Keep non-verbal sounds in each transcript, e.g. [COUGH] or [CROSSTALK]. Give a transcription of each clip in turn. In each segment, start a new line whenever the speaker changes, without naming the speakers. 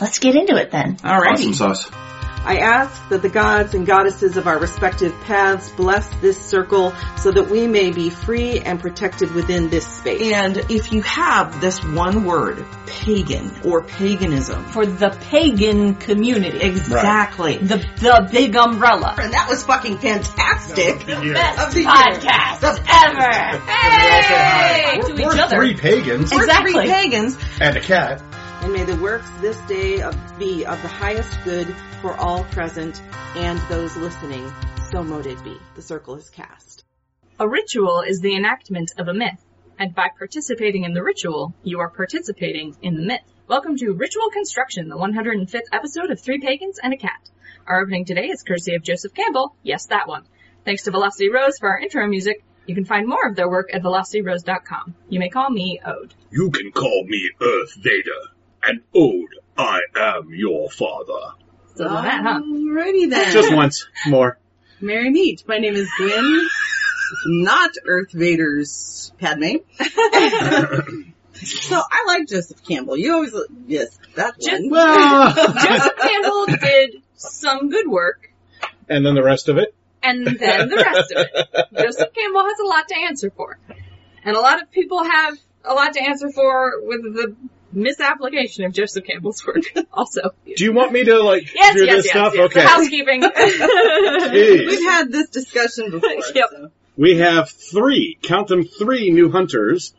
Let's get into it then.
Alrighty.
Awesome sauce.
I ask that the gods and goddesses of our respective paths bless this circle so that we may be free and protected within this space.
And if you have this one word, pagan or paganism,
for the pagan community.
exactly.
The the big umbrella.
And that was fucking fantastic.
Best
Of the year.
podcast ever. Hey!
We're,
To each
we're
other.
three pagans
We're
Exactly.
three
pagans.
and a cat.
And may the works this day of be of the highest good for all present and those listening. So mote it be. The circle is cast.
A ritual is the enactment of a myth, and by participating in the ritual, you are participating in the myth. Welcome to Ritual Construction, the 105th episode of Three Pagans and a Cat. Our opening today is courtesy of Joseph Campbell, yes that one. Thanks to Velocity Rose for our intro music. You can find more of their work at velocityrose.com. You may call me Ode.
You can call me Earth Vader, and Ode, I am your father.
So than that, huh?
Alrighty then.
Just once more.
Mary Neat. My name is Gwen. Not Earth Vader's Padme. [LAUGHS] so I like Joseph Campbell. You always, yes, that
Just-
one.
Well,
Joseph Campbell did some good work,
[LAUGHS] and then the rest of it.
and then the rest of it. Joseph Campbell has a lot to answer for. And a lot of people have a lot to answer for with the misapplication of Joseph Campbell's work [LAUGHS] also.
Do you want me to like
yes,
do
yes,
this
yes,
stuff?
yes.
Okay.
Housekeeping.
We've
Jeez.
had this
[LAUGHS]
discussion before.
Yep.
so.
We have three, count them three new hunters.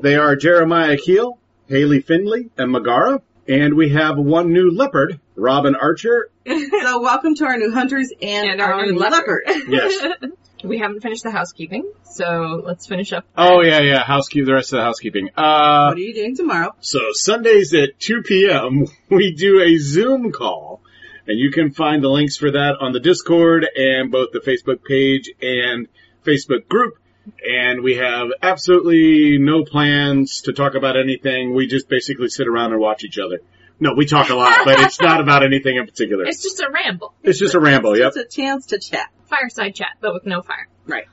They are Jeremiah Keel, Haley Findley, and Megara. And we have one new leopard, Robin Archer.
So welcome to our new hunters and,
And our new leopard.
Yes.
[LAUGHS] we haven't finished the housekeeping, so let's finish up.
Oh yeah, yeah, housekeep, the rest of the housekeeping. Uh,
What are you doing tomorrow?
So Sundays at 2 p.m. [LAUGHS] we do a Zoom call and you can find the links for that on the Discord and both the Facebook page and Facebook group. And we have absolutely no plans to talk about anything. We just basically sit around and watch each other. No, we talk a lot, but it's not about anything in particular.
It's just a ramble.
It's just a ramble, yep.
Just a chance to chat.
Fireside chat, but with no fire.
Right.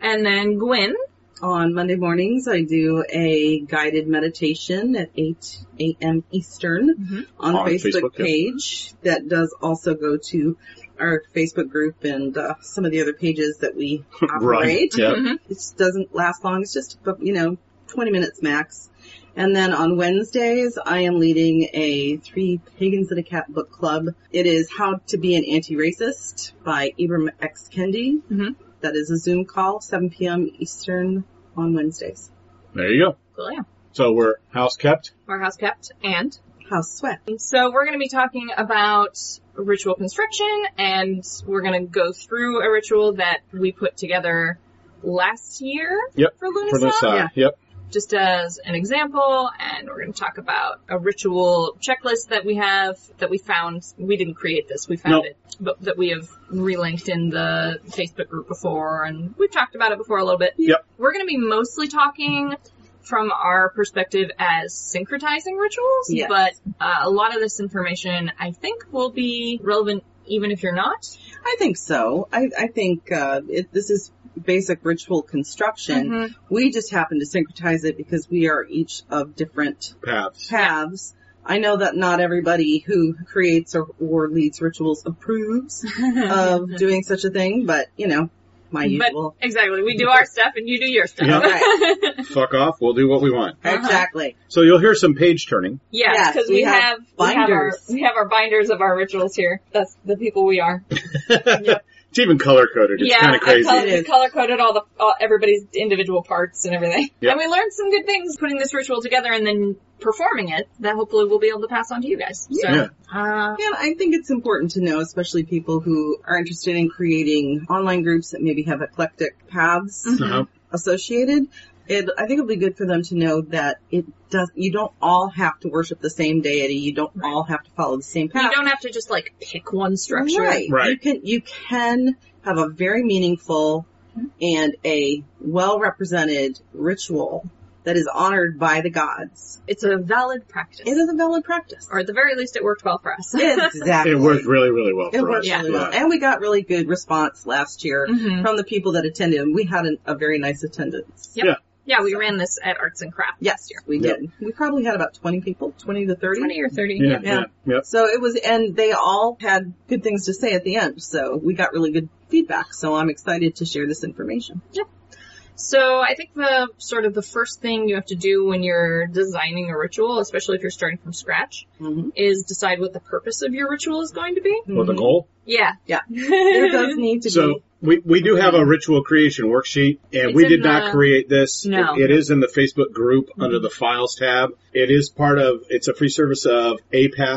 And then Gwen,
On Monday mornings, I do a guided meditation at 8 a.m. Eastern
Mhm.
on,
On
Facebook,
Facebook, yeah.
page. That does also go to our Facebook group and uh, some of the other pages that we
[LAUGHS] Right.
operate.
Yep.
It just doesn't last long. It's just, about, you know, 20 minutes max. And then on Wednesdays, I am leading a Three Pagans and a Cat book club. It is How to Be an Anti-Racist by Ibram X. Kendi.
Mhm.
That is a Zoom call, 7 p.m. Eastern on Wednesdays.
There you go.
cool, yeah.
So we're house kept.
our house kept, and
House Sweat.
So we're going to be talking about ritual construction and we're going to go through a ritual that we put together last year
Yep,
for
For
Lunasa,
this side. Yep.
just as an example. And we're going to talk about a ritual checklist that we have that we found. We didn't create this. We
Nope.
found it, but that we have relinked in the Facebook group before and we've talked about it before a little bit.
Yep.
We're going to be mostly talking from our perspective as syncretizing rituals,
Yes.
but uh, a lot of this information I think will be relevant even if you're not.
I think so. I, I think uh, it, this is basic ritual
Mm-hmm.
construction. We just happen to syncretize it because we are each of different
Paths.
paths. I know that not everybody who creates or, or leads rituals
[LAUGHS]
approves of doing such a thing, but you know, my usual.
But exactly, we do our stuff and you do your stuff.
Yeah.
[LAUGHS]
Right.
Fuck off. We'll do what we want.
Uh-huh.
Exactly.
So you'll hear some page turning.
yes,
Yes,
because
we
we,
have
have, we have our
binders.
we have our binders of our rituals here. That's the people we are.
[LAUGHS] It's even color coded. It's
yeah,
kind of crazy.
It
I
is.
color coded all the all, everybody's individual parts and everything.
[LAUGHS] Yep.
And we learned some good things putting this ritual together and then performing it that hopefully we'll be able to pass on to you guys. So,
Yeah.
uh,
And I think it's important to know, especially people who are interested in creating online groups that maybe have eclectic paths
Mm-hmm.
Uh-huh.
associated. It, I think it'll be good for them to know that it does. You don't all have to worship the same deity. You don't all have to follow the same path.
you don't have to just like pick one structure.
Right.
Right.
You can you can have a very meaningful and a well represented ritual that is honored by the gods.
It's a valid practice.
It is a valid practice.
or at the very least, it worked well for
[LAUGHS]
us. [LAUGHS]
exactly.
It worked really, really well
It
for
worked
us.
really well.
Yeah.
And we got really good response last year
Mhm.
from the people that attended and we had an, a very nice attendance.
Yep. Yeah, we ran this at Arts and Crafts
Yes,
last year.
we
Yeah.
did. We probably had about 20 people, 20 to 30.
20 or 30.
Yeah,
Yeah.
yeah, yeah.
So it was, and they all had good things to say at the end. So we got really good feedback. So I'm excited to share this information.
So I think the sort of the first thing you have to do when you're designing a ritual, especially if you're starting from scratch,
Mhm.
is decide what the purpose of your ritual is going to be.
Mm-hmm.
Well, the goal.
Yeah. [LAUGHS]
Yeah. There does need to
So
be.
we, we do have a ritual creation worksheet and
Mm-hmm. It's
we
in
did not
the- Mm-hmm.
create this.
No.
It- it is in the Facebook group under the files tab. It is part of, it's a free service of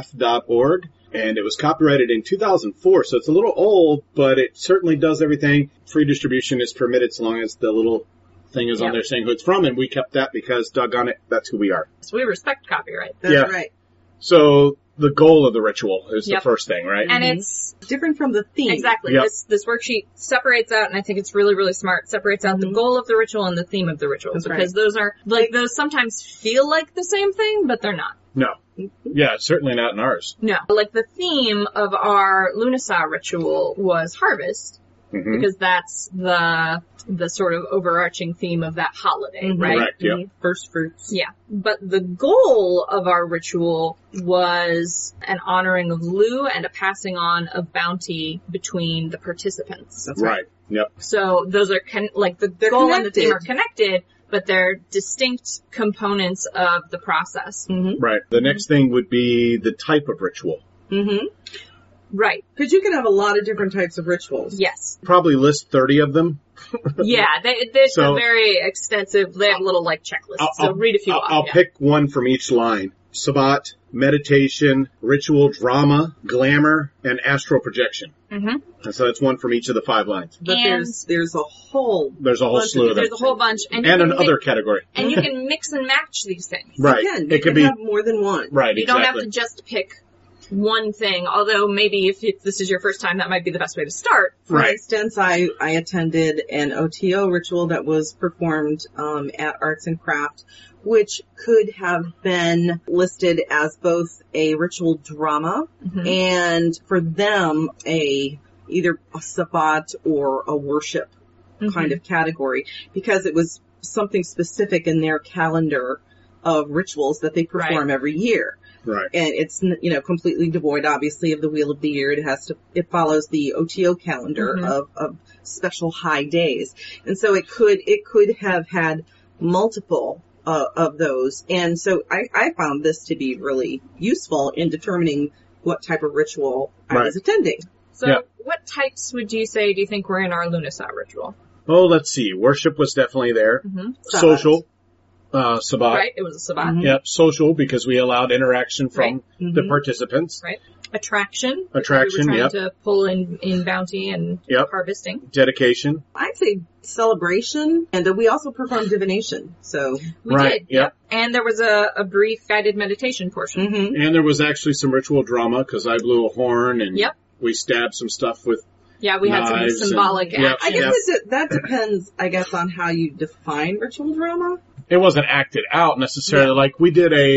apath.org and it was copyrighted in 2004. So it's a little old, but it certainly does everything. Free distribution is permitted so long as the little thing is on
Yeah.
there saying who it's from and we kept that because doggone it, that's who we are.
So we respect copyright.
That's
yeah.
right.
So the goal of the ritual is
Yep.
the first thing, right?
And
Mhm.
it's
Different from the theme.
Exactly.
Yep.
This this worksheet separates out, and I think it's really really smart. Separates out the goal of the ritual and the theme of the ritual
Mm-hmm. That's
because those are like those sometimes feel like the same thing, but they're not.
no. Yeah, certainly not in ours.
No, like the theme of our Lunasa ritual was harvest
hmm
because that's the the sort of overarching theme of that holiday,
Mhm.
right?
Correct. Yep.
First fruits.
Yeah, but the goal of our ritual was an honoring of Lu and a passing on of bounty between the participants.
That's right.
Right. Yep.
So those are con- like the, the goal and the theme are
Connected.
connected, but they're distinct components of the process.
Mm-hmm.
Right. The next thing would be the type of ritual.
Mm-hmm.
Right.
Because you can have a lot of different types of rituals.
Yes.
Probably list 30 of them.
Yeah. They, they're
So-
very extensive. They have little like checklists.
I'll-
so
I'll-
read a few
I'll,
off.
I'll
yeah.
pick one from each line. Sabbat, meditation, ritual drama, glamour, and astral projection.
Mhm.
And so that's one from each of the five lines.
But
And-
there's there's a whole
There's a whole
Bunch of-
slew of them.
There's a whole bunch,
And
and, you can
an
mi-
other category.
and you can mix and match these things.
Right.
again. You
it
can
could be,
have more than one.
right,
You don't have
exactly.
to just pick one thing. Although maybe if it, this is your first time, that might be the best way to start.
For
Right.
instance, I, I attended an OTO ritual that was performed um, at Arts and Craft, which could have been listed as both a ritual drama
Mhm.
and for them a either a sabbat or a worship
Mm-hmm.
kind of category because it was something specific in their calendar of rituals that they perform every year
Right.
and it's you know completely devoid obviously of the wheel of the year it has to it follows the oto calendar
Mhm.
of, of special high days and so it could it could have had multiple uh, of those and so I, I found this to be really useful in determining what type of ritual i
Right.
was attending
So,
Yeah.
what types would you say do you think were in our Lunasa ritual?
Oh, let's see. Worship was definitely there.
Mm-hmm.
Sabbath.
Social. Uh, Sabbat.
right? It was a sabbat.
Mhm.
Yep. Social because we allowed interaction from the
Mm-hmm.
Mhm.
participants.
Attraction.
mm-hmm. Attraction,
We were
yep.
trying to pull in, in bounty and
Yep.
harvesting.
Dedication.
i'd say celebration and we also performed divination so
We
Right,
did.
yep.
And there was a, a brief guided meditation portion.
mhm.
And there was actually some ritual drama because I blew a horn and
Yep.
we stabbed some stuff with.
Yeah, we had some
Knives and-
symbolic
yep.
i
action.
guess
Yeah.
it, de- that depends i guess on how you define ritual drama
It wasn't acted out necessarily. Like we did a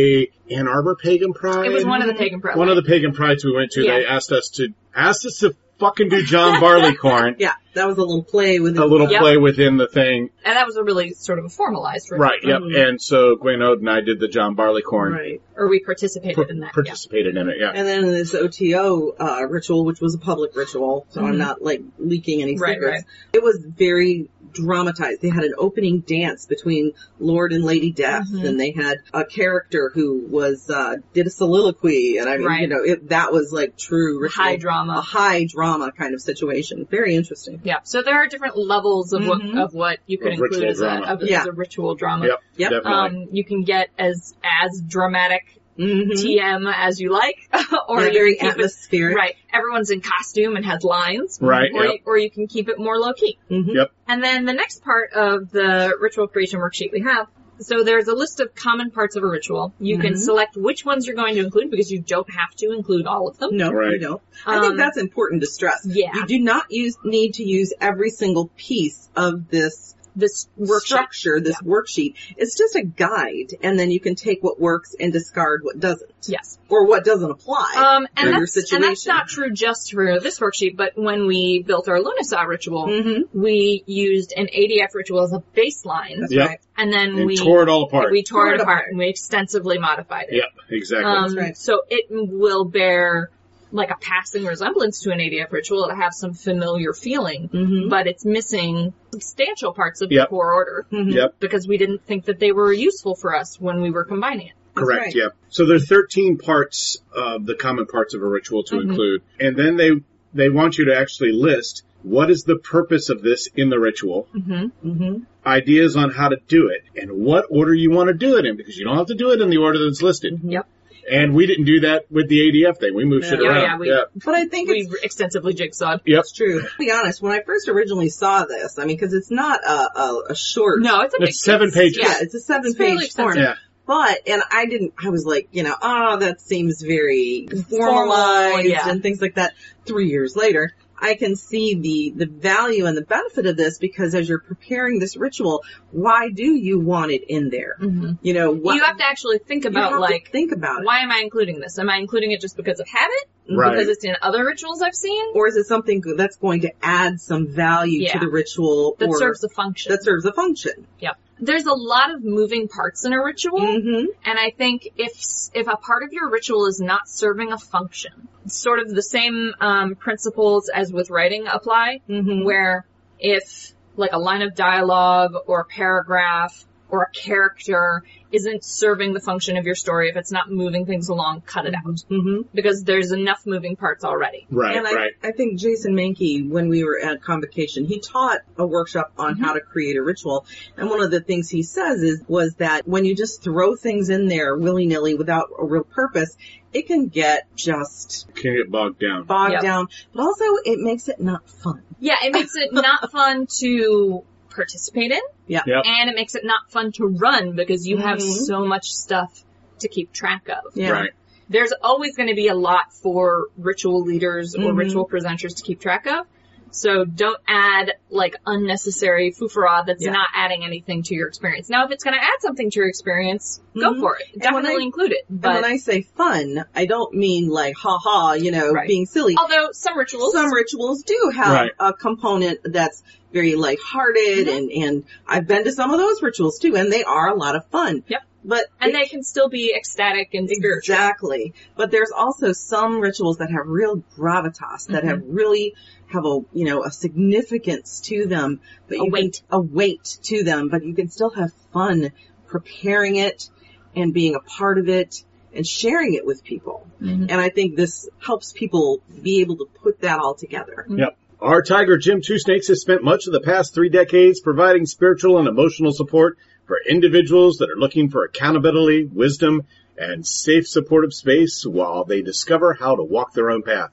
Ann Arbor Pagan Pride.
It was one of the pagan prelates.
Mm-hmm. One of the pagan prides we went to.
Yeah.
They asked us to asked us to fucking do John
[LAUGHS]
Barleycorn.
Yeah, that was a little play with
A little
Yep.
play within the thing,
and that was a really sort of a formalized ritual.
right? Yep.
Mm-hmm.
And so Gwen Ode and I did the John Barleycorn,
Right.
Or we
par-
participated in that. yeah.
participated in it. Yeah,
And then this OTO uh, ritual, which was a public ritual, so I'm not like leaking any
Mm-hmm. Right,
secrets. It was very dramatized. They had an opening dance between Lord and Lady Death,
Mm-hmm.
and they had a character who was uh, did a soliloquy, and I mean, you
Right.
know, it, that was like true ritual,
High
a
drama.
high drama kind of situation. Very interesting.
Yeah. So there are different levels of what
Mhm.
of what you could
Of
include
ritual
as a,
drama.
of,
Yeah.
as a ritual drama.
Yep,
Yep.
definitely.
Um, you can get as as dramatic
Mm-hmm.
TM as you like, [LAUGHS] or you
very
can keep it,
atmospheric.
right. Everyone's in costume and has lines,
Right,
Or,
yep.
you, or you can keep it more low key.
Mhm.
Yep.
And then the next part of the ritual creation worksheet we have. So there's a list of common parts of a ritual. You can
Mhm.
select which ones you're going to include because you don't have to include all of them.
No, you
Right.
don't. I think
Um,
that's important to stress.
yeah.
You do not use, need to use every single piece of this
this worksheet.
Mm-hmm. structure, this worksheet. It's just a guide, and then you can take what works and discard what doesn't,
Yes.
or what doesn't apply.
Um,
Or
and,
your
that's, and that's
situation.
not true just for this worksheet, but when we built our Lunasaw ritual,
mm-hmm.
we used an ADF ritual as a baseline,
That's
Yep.
right.
and then
and
we
tore it all apart.
we tore
Tore
it
it
apart and we extensively modified it.
yep, exactly.
Um,
That's right.
So it will bear like a passing resemblance to an ADF ritual. It'll have some familiar feeling,
Mm-hmm.
but it's missing substantial parts of
Yep. Mm-hmm.
the core order
yep,
because we didn't think that they were useful for us when we were combining it.
correct.
right.
Yep. So there are 13 parts of the common parts of a ritual to
Mhm.
include, and then they they want you to actually list what is the purpose of this in the ritual,
Mm-hmm.
Mm-hmm.
ideas on how to do it, and what order you want to do it in, because you don't have to do it in the order that's listed.
Mhm.
Mm-hmm. Yep.
And we didn't do that with the ADF thing. We moved shit
Yeah,
around.
yeah, we-
But I think it's
We extensively jigsawed.
That's true. To be honest, when I first originally saw this, I mean, because it's not a, a, a short.
No, it's a big
It's seven
piece.
pages.
Yeah,
Yeah.
it's a seven
It's fairly
page form.
Yeah.
But, and I didn't, I was like, you know, oh, that seems very formalized
yeah.
and things like that. Three years later, I can see the, the value and the benefit of this because as you're preparing this ritual, why do you want it in there?
Mhm.
You know, what,
You have to actually think
you have
about
to
like,
think about it.
why am I including this? Am I including it just because of habit?
Right.
Because it's in other rituals I've seen
Or is it something that's going to add some value
Yeah.
to the ritual
that
or
serves a function.
that serves a function?
There's a lot of moving parts in a ritual,
Mm-hmm.
and I think if s- if a part of your ritual is not serving a function, sort of the same um, principles as with writing apply,
Mm-hmm.
where if like a line of dialogue or a paragraph or a character isn't serving the function of your story, if it's not moving things along, cut it out.
Mm-hmm.
Because there's enough moving parts already.
Right,
and I,
right.
I think Jason Mankey, when we were at convocation, he taught a workshop on how to create a ritual. And one of the things he says is, was that when you just throw things in there willy nilly without a real purpose, it can get just
Can get bogged down.
bogged
Yep.
down, but also it makes it not fun.
Yeah, it makes it not fun to participate in.
Yeah.
Yep.
And it makes it not fun to run because you have
Mhm.
so much stuff to keep track of.
Yeah.
Right.
There's always going to be a lot for ritual leaders or
Mhm.
ritual presenters to keep track of. So don't add like unnecessary foofara that's
Yeah.
not adding anything to your experience. Now if it's going to add something to your experience, go
Mhm.
for it.
And when
Definitely
I-
include it. But
and when I say fun, I don't mean like ha ha, you know,
Right.
being silly.
although some rituals
Some rituals do have
Right.
a component that's very lighthearted
Mm-hmm.
and, and I've been to some of those rituals too and they are a lot of fun.
Yep.
But
and
it
they can still be ecstatic and spiritual.
Exactly. But there's also some rituals that have real gravitas, that have
Mm-hmm.
really have a, you know, a significance to them, but
A
you can-
weight.
a weight to them, but you can still have fun preparing it and being a part of it and sharing it with people.
Mhm.
And I think this helps people be able to put that all together.
Our tiger, Jim Two Snakes, has spent much of the past three decades providing spiritual and emotional support for individuals that are looking for accountability, wisdom, and safe supportive space while they discover how to walk their own path.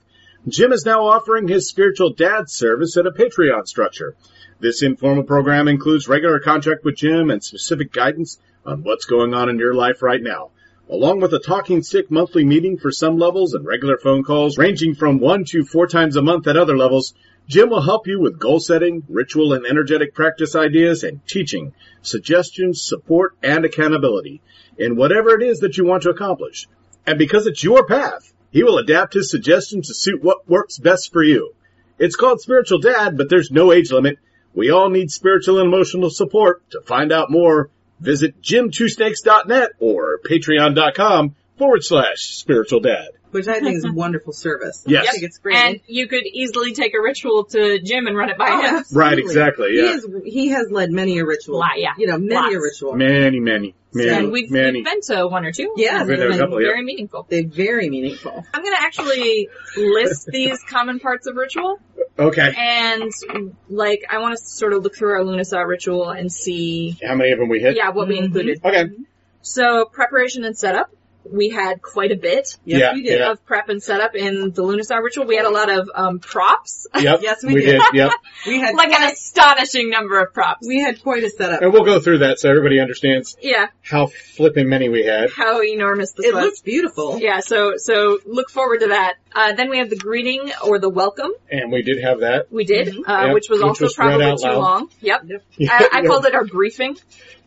Jim is now offering his spiritual dad service at a Patreon structure. This informal program includes regular contact with Jim and specific guidance on what's going on in your life right now, along with a talking stick monthly meeting for some levels and regular phone calls ranging from one to four times a month at other levels. Jim will help you with goal setting, ritual and energetic practice ideas, and teaching, suggestions, support, and accountability in whatever it is that you want to accomplish. And because it's your path, he will adapt his suggestions to suit what works best for you. It's called Spiritual Dad, but there's no age limit. We all need spiritual and emotional support. To find out more, visit jimtwosnakes.net or patreon.com forward slash spiritual dad.
Which I
[LAUGHS]
think is a wonderful service.
Yes.
I think it's great.
And you could easily take a ritual to Jim and run it by
Oh,
him.
absolutely.
Right, exactly,
He,
yeah.
is, he has led many a ritual.
Lot, yeah.
You know, many a
Lots.
ritual.
Many, many, many,
and we've,
many.
we've been to one or two.
Yes,
And
we've been to a
they've
couple, yeah.
very meaningful.
They're very meaningful.
I'm gonna actually
[LAUGHS]
list these common parts of ritual,
okay.
and like I want to sort of look through our Lunasaw ritual and see,
How many of them we hit?
yeah, what we
Mhm.
included.
Okay.
So preparation and setup, we had quite a bit
Yes,
Yeah,
we did.
yeah.
of prep and setup in the Lunasaur ritual. We had a lot of um, props,
Yep.
Yes, we
did.
did.
Yep.
We had
like an astonishing number of props.
we had quite a setup.
And we'll go through that so everybody understands
yeah,
how flipping many we had.
how enormous this
It
was.
looks beautiful.
yeah, so so look forward to that. Uh, then we had the greeting or the welcome.
And we did have that.
We did, uh,
Mm-hmm. Yep,
which was
which
also
was read
probably
out
too
loud.
long.
[LAUGHS]
Yep. I, I called it our briefing.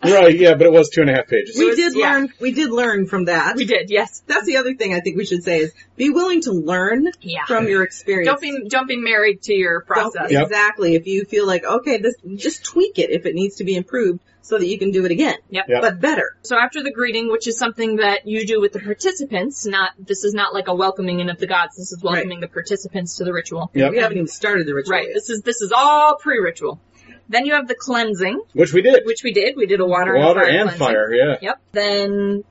Right, yeah, but it was two and a half pages.
We
was-
did
yeah.
learn. We did learn from that.
We did, yes.
That's the other thing I think we should say is be willing to learn
Yeah.
from your experience.
Don't be don't be married to your
Don't-
process.
Yep.
Exactly. If you feel like okay, this just tweak it if it needs to be improved so that you can do it again.
Yep.
Yep.
But better.
So after the greeting, which is something that you do with the participants, not this is not like a welcoming in of the gods. This is welcoming the participants to the ritual.
Yep.
We haven't even started the ritual.
Right.
yet.
This is this is all pre-ritual. Then you have the cleansing,
Which we did.
which we did. We did a water,
Water
and
and
fire. cleansing.
fire, yeah.
Yep. Then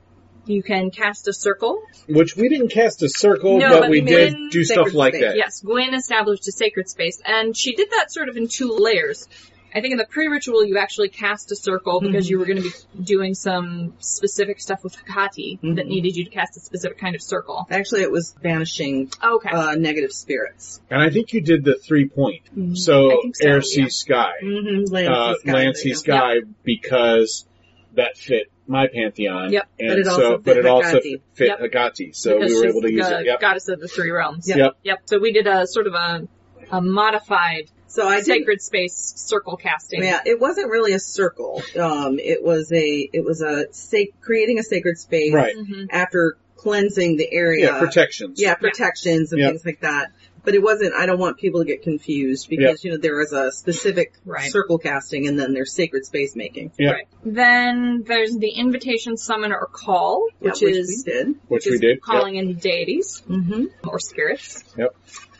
you can cast a circle.
Which we didn't cast a circle,
No,
but,
but
we
we
did
made
do
sacred
stuff like
space.
that.
Yes, Gwen established a sacred space, and she did that sort of in two layers. I think in the pre-ritual you actually cast a circle because you were going to be doing some specific stuff with Hakati
Mm-hmm.
that
Mhm.
needed you to cast a specific kind of circle.
Actually, it was banishing
Okay.
uh, negative spirits.
And I think you did the three point.
I
So,
think so,
air, sea,
yeah.
sky.
Mm-hmm.
uh, Lancey Sky because that fit my pantheon.
Yep.
And
But it
so,
also
but
fit
it also
Hagati.
fit
Yep.
Hagati. So
Because
we were
she's
able to use
the
it. Yep.
goddess of the three realms.
Yep.
Yep.
Yep. So we did a sort of a, a modified
So I did.
sacred space circle casting.
Yeah, it wasn't really a circle. Um, it was a it was a sac- creating a sacred space
Right.
hmm
after cleansing the area.
Yeah. Protections.
Yeah, protections and
Yeah.
things like that. But it wasn't. I don't want people to get confused because you know there was a specific
Right.
circle casting and then there's sacred space making,
Yeah.
Right. Then there's the invitation, summon, or call, which
Yeah,
is
we did.
Which
is
we did.
calling in deities
Mm-hmm.
or spirits.
Yep.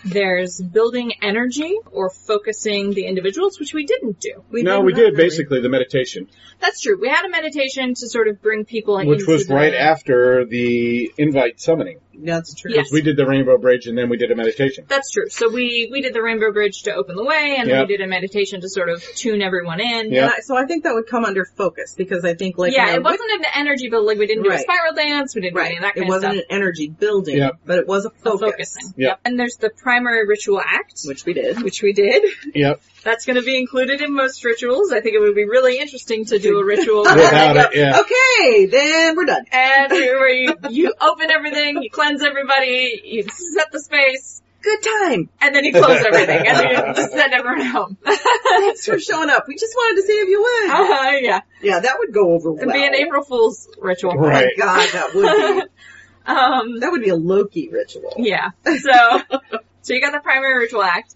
There's building energy or focusing the individuals, which we didn't do.
Yep. no, we did basically the meditation,
That's true. We had a meditation to sort of bring people into
which was
the-
right after the invite summoning.
That's true.
Yes.
We did the Rainbow Bridge and then we did a meditation.
That's true. So we we did the Rainbow Bridge to open the way,
Yep.
and then we did a meditation to sort of tune everyone in.
Yeah.
And I, so I think that would come under focus because I think like
yeah,
you know,
it wasn't an energy build. Like we didn't do a
Right.
spiral dance. We didn't do any
right.
of that
It
kind of
wasn't
stuff.
an energy building,
Yep.
but it was a
The
focus,
Focusing.
Yep.
And there's the primary ritual act,
which we did.
which we did.
Yep.
That's going to be included in most rituals. I think it would be really interesting to do a ritual
Without it, yeah.
Okay, then we're done.
and where you, you open everything, you cleanse everybody, you set the space,
Good time.
and then you
[LAUGHS]
close everything, and then you just send everyone home. [LAUGHS]
Thanks for showing up. We just wanted to see if you would.
uh, yeah,
Yeah, that would go over
it'd
well.
be an April Fool's ritual.
Oh my
Right.
God, that would be [LAUGHS]
Um,
that would be a Loki ritual.
yeah. So, so you got the primary ritual act.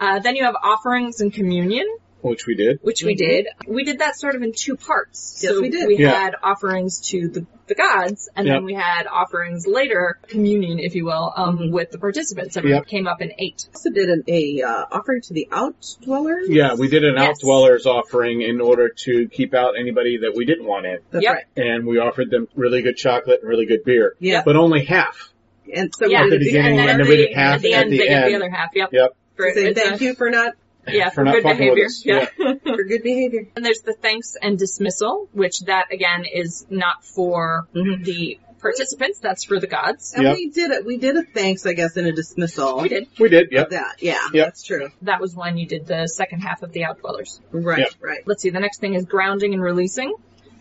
Uh, then you have offerings and communion,
Which we did.
which we
Mhm.
did. We did that sort of in two parts.
Yes,
so
we did.
We
Yeah.
had offerings to the, the gods, and
Yep.
then we had offerings later, communion, if you will, um, with the participants. Everyone
Mm-hmm. Yep.
came up and ate.
also did an a uh, offering to the outdwellers.
Yeah, we did an
Yes.
outdwellers offering in order to keep out anybody that we didn't want in.
That's
Yep.
right.
And we offered them really good chocolate and really good beer.
Yeah.
But only half.
And so
Yeah.
we
at the
did
beginning,
end
and
at
then
the-
we did half
at the
at
end,
the
they get the
end.
other half. Yep.
Yep.
For,
say
it's
thank
a-
you for
[LAUGHS]
not
Yeah,
[LAUGHS] for
for
not
good
fucking with
behavior.
us.
Yeah.
for good behavior.
[LAUGHS] and there's the thanks and dismissal, which that again is not for
Mm-hmm.
the participants. That's for the gods.
And
Yep.
we did it. We did a thanks, I guess, and a dismissal.
We did.
We did.
of
Yep.
that. Yeah,
Yep.
that's true.
That was when you did the second half of the outdwellers.
Right,
Yep.
right.
Let's see. The next thing is grounding and releasing,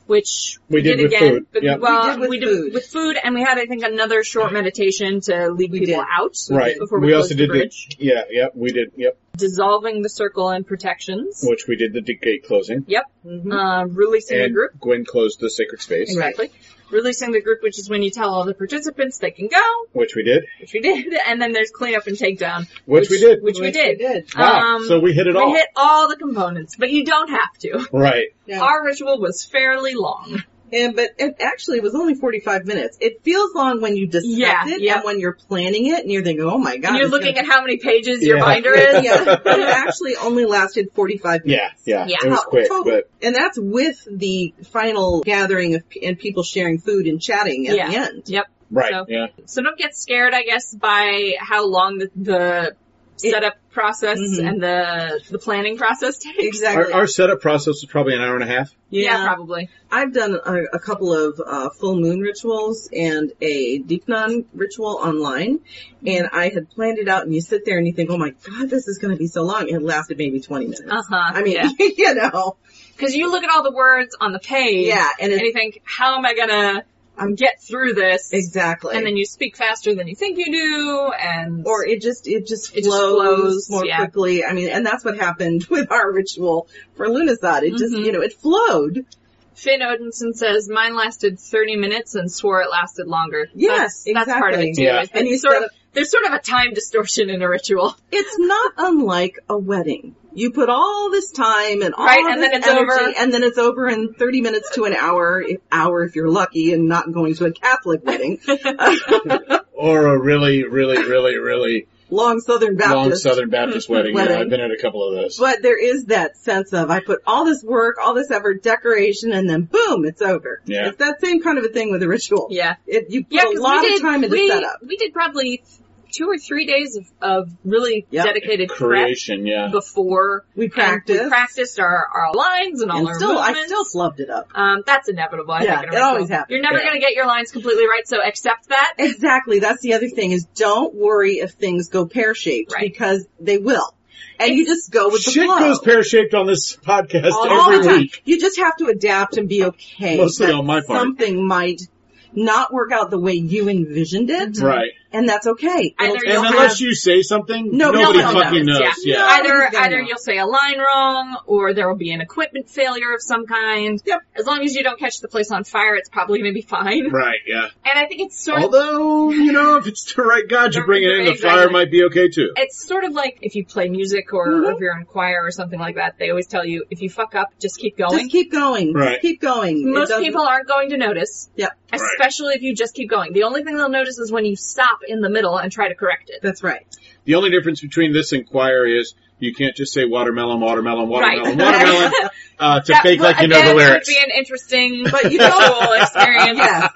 which
We did with
again.
food.
but-
Yep. Mm-hmm.
Well,
We did with food.
with food, and we had I think another short meditation to lead
We
people
did.
out
Right.
before we,
We
closed
also
the
did the,
bridge.
yeah, yep, we did, yep,
Dissolving the circle and protections.
which we did the gate closing.
Yep.
Mhm.
Uh, releasing the
Mm-hmm. And
group.
Gwen closed the sacred space,
Right.
Exactly. Releasing the group, which is when you tell all the participants they can go,
which we did,
which we did, [LAUGHS] and then there's cleanup and takedown,
which, we did.
which, we did.
Wow.
Um,
so we hit it
we
all.
hit all the components, but you don't have to.
Right.
Yeah.
Our ritual was fairly long.
And but it actually was only 45 minutes. It feels long when you dissect
Yeah,
it
yeah.
and when you're planning it and you're thinking, oh my god.
and you're
it's
looking
gonna-
at how many pages
[LAUGHS]
your
Yeah.
binder is.
yeah, but it actually only lasted 45 minutes.
Yeah, yeah.
Yeah. Oh,
It was quick,
Total.
but
And that's with the final gathering of, and people sharing food and chatting at
Yeah.
the end.
Yep.
right.
So-
yeah.
So don't get scared, I guess, by how long the, the setup process
Mm-hmm.
Mhm.
and the the planning process takes.
Exactly.
Our, our setup process was probably an hour and a half.
Yeah, probably.
I've done a, a couple of uh, full moon rituals and a Deepnon ritual online, and I had planned it out. And you sit there and you think, "Oh my god, this is going to be so long." It lasted maybe twenty minutes.
Uh huh.
I mean, [LAUGHS] you know,
because you look at all the words on the page,
yeah, and
and
it's
you think, how am I gonna
I'm-
get through this?
exactly.
And then you speak faster than you think you do, and
or it just it just
It just
flows,
flows,
more
yeah.
quickly. I mean, and that's what happened [LAUGHS] with our ritual for Lunasad. It just
Mhm.
you know it flowed.
Finn Odinson says mine lasted 30 minutes and swore it lasted longer.
Yes,
that's, that's part of it too.
exactly.
Yeah.
is that
And you
sort
set
of there's sort of a time distortion in a ritual,
It's not unlike a wedding. You put all this time and all
Right,
this
and then it's
energy,
over.
and then it's over in 30 minutes to an hour, if, hour if you're lucky and not going to a Catholic
[LAUGHS]
wedding.
Or a really, really, really, really
Long Southern Baptist.
long Southern Baptist wedding. Yeah,
Wedding.
I've been at a couple of those.
But there is that sense of, I put all this work, all this effort, decoration, and then boom, it's over.
Yeah.
It's that same kind of a thing with a ritual.
yeah.
It, you put
Yeah,
a
because
lot
we did,
of time into
we,
setup.
we did probably two or three days of, of really
Yep.
dedicated prep
Creation, yeah.
before
We
and
practiced.
We practiced our, our lines and all
and
our
still,
movements.
I still flubbed it up.
Um, that's inevitable. I
Yeah,
think, in a
it
ritual.
always happens.
You're never
Yeah.
going to get your lines completely right, so accept that.
Exactly. That's the other thing is don't worry if things go pear shaped
Right.
because they will. And you just go with the
Shit
flow.
goes pear shaped on this podcast
all, all
every
the time.
week.
You just have to adapt and be okay.
Mostly
that
on my part.
Something might not work out the way you envisioned it,
Right.
and that's okay.
Either
It'll-
And
You'll
unless
have-
you say something,
No,
nobody
no one
fucking knows.
knows.
Yeah.
Yeah.
either
nobody's gonna
either
know.
you'll say a line wrong, or there will be an equipment failure of some kind.
Yep.
As long as you don't catch the place on fire, it's probably going to be fine.
Right, yeah.
And I think it's sort of
Although, you know, if it's the right god you bring it in, the
Exactly.
fire might be okay too.
it's sort of like if you play music or,
Mm-hmm.
or if you're in choir or something like that. They always tell you if you fuck up, just keep going.
just keep going.
Right.
Just keep going. It
Most
doesn't-
people aren't going to notice.
Yep.
Right.
Especially if you just keep going. The only thing they'll notice is when you stop in the middle and try to correct it.
That's
[LAUGHS]
right.
The only difference between this and choir is you can't just say watermelon, watermelon, watermelon,
Right.
watermelon uh, to
That
fake
will-
like you know the
again,
lyrics.
would be an interesting
But you
ritual
don't.
experience.
yes.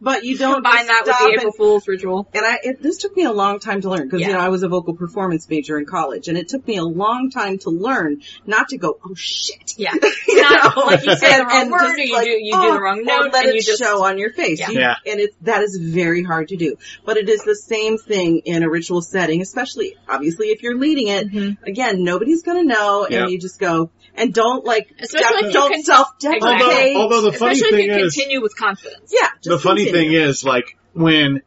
But you don't
[LAUGHS] Combine
just
that with
stop
the
and
April Fool's ritual.
and I it, this took me a long time to learn because you
Yeah.
know I was a vocal performance major in college, and it took me a long time to learn not to go, oh shit,
Yeah.
[LAUGHS]
It's not
know?
like you say the wrong
and
word
just
or you
like,
do you
oh,
do the wrong
or
note
let
and
it
you just
show on your face.
Yeah.
You-
Yeah.
and it's that is very hard to do, but it is the same thing in a ritual setting, especially obviously if you're leading it.
Mhm.
Again, nobody's gonna know,
Yeah.
and you just go and don't like
Especially if you
don't
can-
self
Although-
deprecate.
although, although the funny
especially if
thing
you
is,
continue with confidence.
yeah,
the funny
[LAUGHS]
thing is, like, when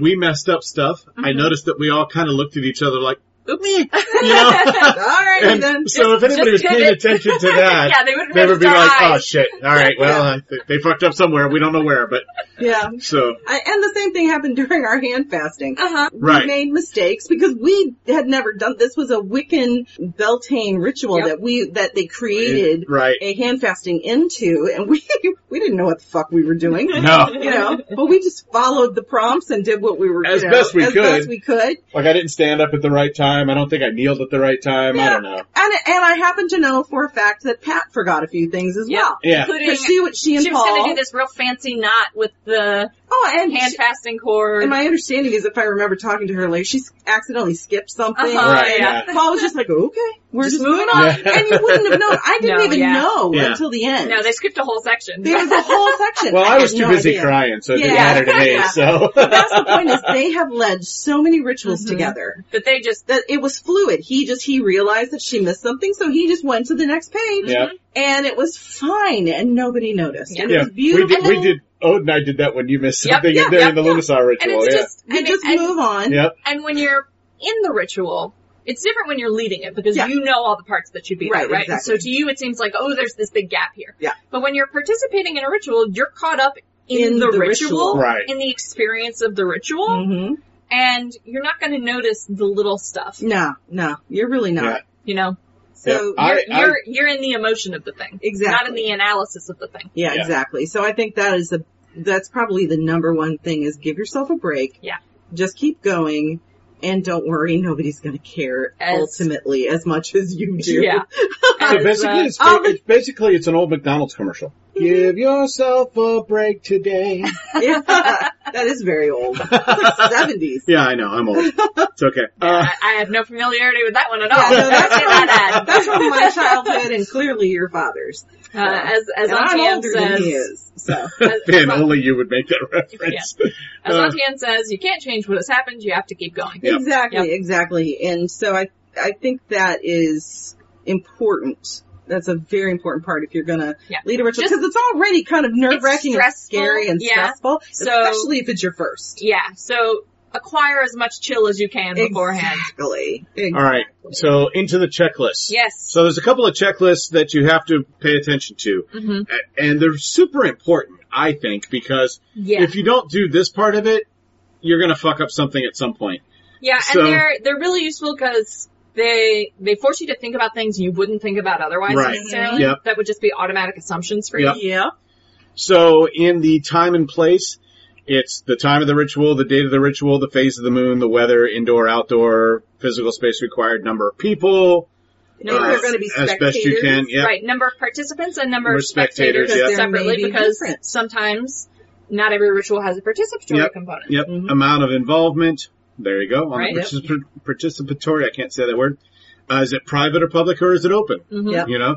we messed up stuff, I
Mhm.
Mm-hmm.
noticed that we all kind of looked at each other like,
[LAUGHS]
Oops.
you know?
all right
and
then.
so if anybody was
just
paying
pivot.
[LAUGHS]
attention to that,
yeah, they would
they would
raised
be
our
like, oh
eyes.
shit, alright, well, I th- they fucked up somewhere, we don't know where, but,
Yeah,
so,
I, and the same thing happened [LAUGHS] during our hand fasting.
uh-huh.
Right.
We made mistakes because we had never done this was a Wiccan Beltane ritual
Yep.
that we that they created
right.
a hand fasting into and we [LAUGHS] we didn't know what the fuck we were doing.
No.
You know, but we just followed the prompts and did what we were
As
you know,
best we
as
could.
best we could.
Like I didn't stand up at the right time. I don't think I kneeled at the right time. I don't know.
And and I happen to know for a fact that Pat forgot a few things as
Yep.
well.
Yeah.
Including
'Cause she she and
she was
Paul.
gonna do this real fancy knot with the
Oh, and
hand
she-
fasting cord.
And my understanding is if I remember talking to her, like she accidentally skipped something.
Uh-huh,
Right,
yeah.
And [LAUGHS] Paul was just like, okay, we're just,
Just
moving
moving
on.
on. Yeah.
And you wouldn't have known. I didn't
No,
even
yeah.
know
Yeah.
until the end.
No, they skipped a whole
[LAUGHS]
section.
there was a whole section.
Well, I was
had
too
no
busy
idea.
crying, so it didn't
Yeah.
matter to me.
[LAUGHS] Yeah.
So
That's the point is they have led so many rituals
Mhm.
together
but they just
that it was fluid. He just, he realized that she missed something, so he just went to the next page.
yeah,
And it was fine and nobody noticed. And it
[LAUGHS] yeah.
was
We
beautiful.
did. We did. Ode and I did that when you missed
Yep,
something
yeah,
during
yeah,
the
yeah.
Lunasaur
and
ritual.
it's
Yeah.
just
We
and,
just
and,
move
[LAUGHS]
on.
Yep.
and when you're in the ritual, it's different when you're leading it because
Yeah.
you know all the parts that should be
Right,
there, right? And
exactly.
So to you, it seems like, oh, there's this big gap here.
Yeah.
But when you're participating in a ritual, you're caught up in, the, ritual,
Right.
in the experience of the ritual,
hmm
and you're not going to notice the little stuff.
No, no, you're really not.
Yeah.
You know,
So
Yeah. I-
you're you're, you're in the emotion of the thing,
Exactly.
not in the analysis of the thing.
Yeah,
Yeah.
exactly. So I think that is the that's probably the number one thing is give yourself a break.
Yeah.
Just keep going and don't worry, nobody's gonna care
As-
ultimately as much as you do.
[LAUGHS] Yeah.
[LAUGHS] So
As,
basically,
uh,
it's,
um,
it's basically
[LAUGHS]
it's an old McDonald's commercial. Give yourself a break today.
[LAUGHS] Yeah. That is very old. It's like 70s.
Yeah, I know. I'm old. It's
[LAUGHS]
okay. Uh,
I, I have no familiarity with that one at all.
Yeah, no, that's
[LAUGHS] Say that ad.
That's from my childhood and clearly your father's.
Uh, as as
And I'm
Auntie Anne
older than he
says,
is. So,
as,
[LAUGHS]
as,
Ben, only you would make that reference.
as
Uh,
Auntie Anne says, you can't change what has happened. You have to keep going.
Yep.
exactly, exactly. And so I, I think that is important. That's a very important part if you're gonna
Yeah.
lead a ritual
Just-
because it's already kind of nerve wracking and
stressful,
scary and
yeah.
stressful,
So-
especially if it's your first.
Yeah. So acquire as much chill as you
[LAUGHS]
can beforehand.
Exactly.
All right. So into the checklist.
Yes.
So there's a couple of checklists that you have to pay attention to,
hmm
a- and they're super important, I think, because
Yeah.
if you don't do this part of it, you're gonna fuck up something at some point.
Yeah,
So-
and they're they're really useful because they they force you to think about things you wouldn't think about otherwise
Right.
necessarily.
Yep.
That would just be automatic assumptions for you.
Yep.
Yeah.
So in the time and place, it's the time of the ritual, the date of the ritual, the phase of the moon, the weather, indoor, outdoor, physical space required, number of people,
No,
uh,
they're going to be
as
spectators.
best you can. Yep.
Right, number of participants and number
Number
of spectators,
spectators,
yeah. There
separately
may be
because
difference.
sometimes not every ritual has a participatory
Yep.
component.
Yep.
Mhm.
Amount of involvement. There you go. On
Right.
the particip- participatory, I can't say that word. Uh, is it private or public or is it open?
Mhm.
Yep.
You know?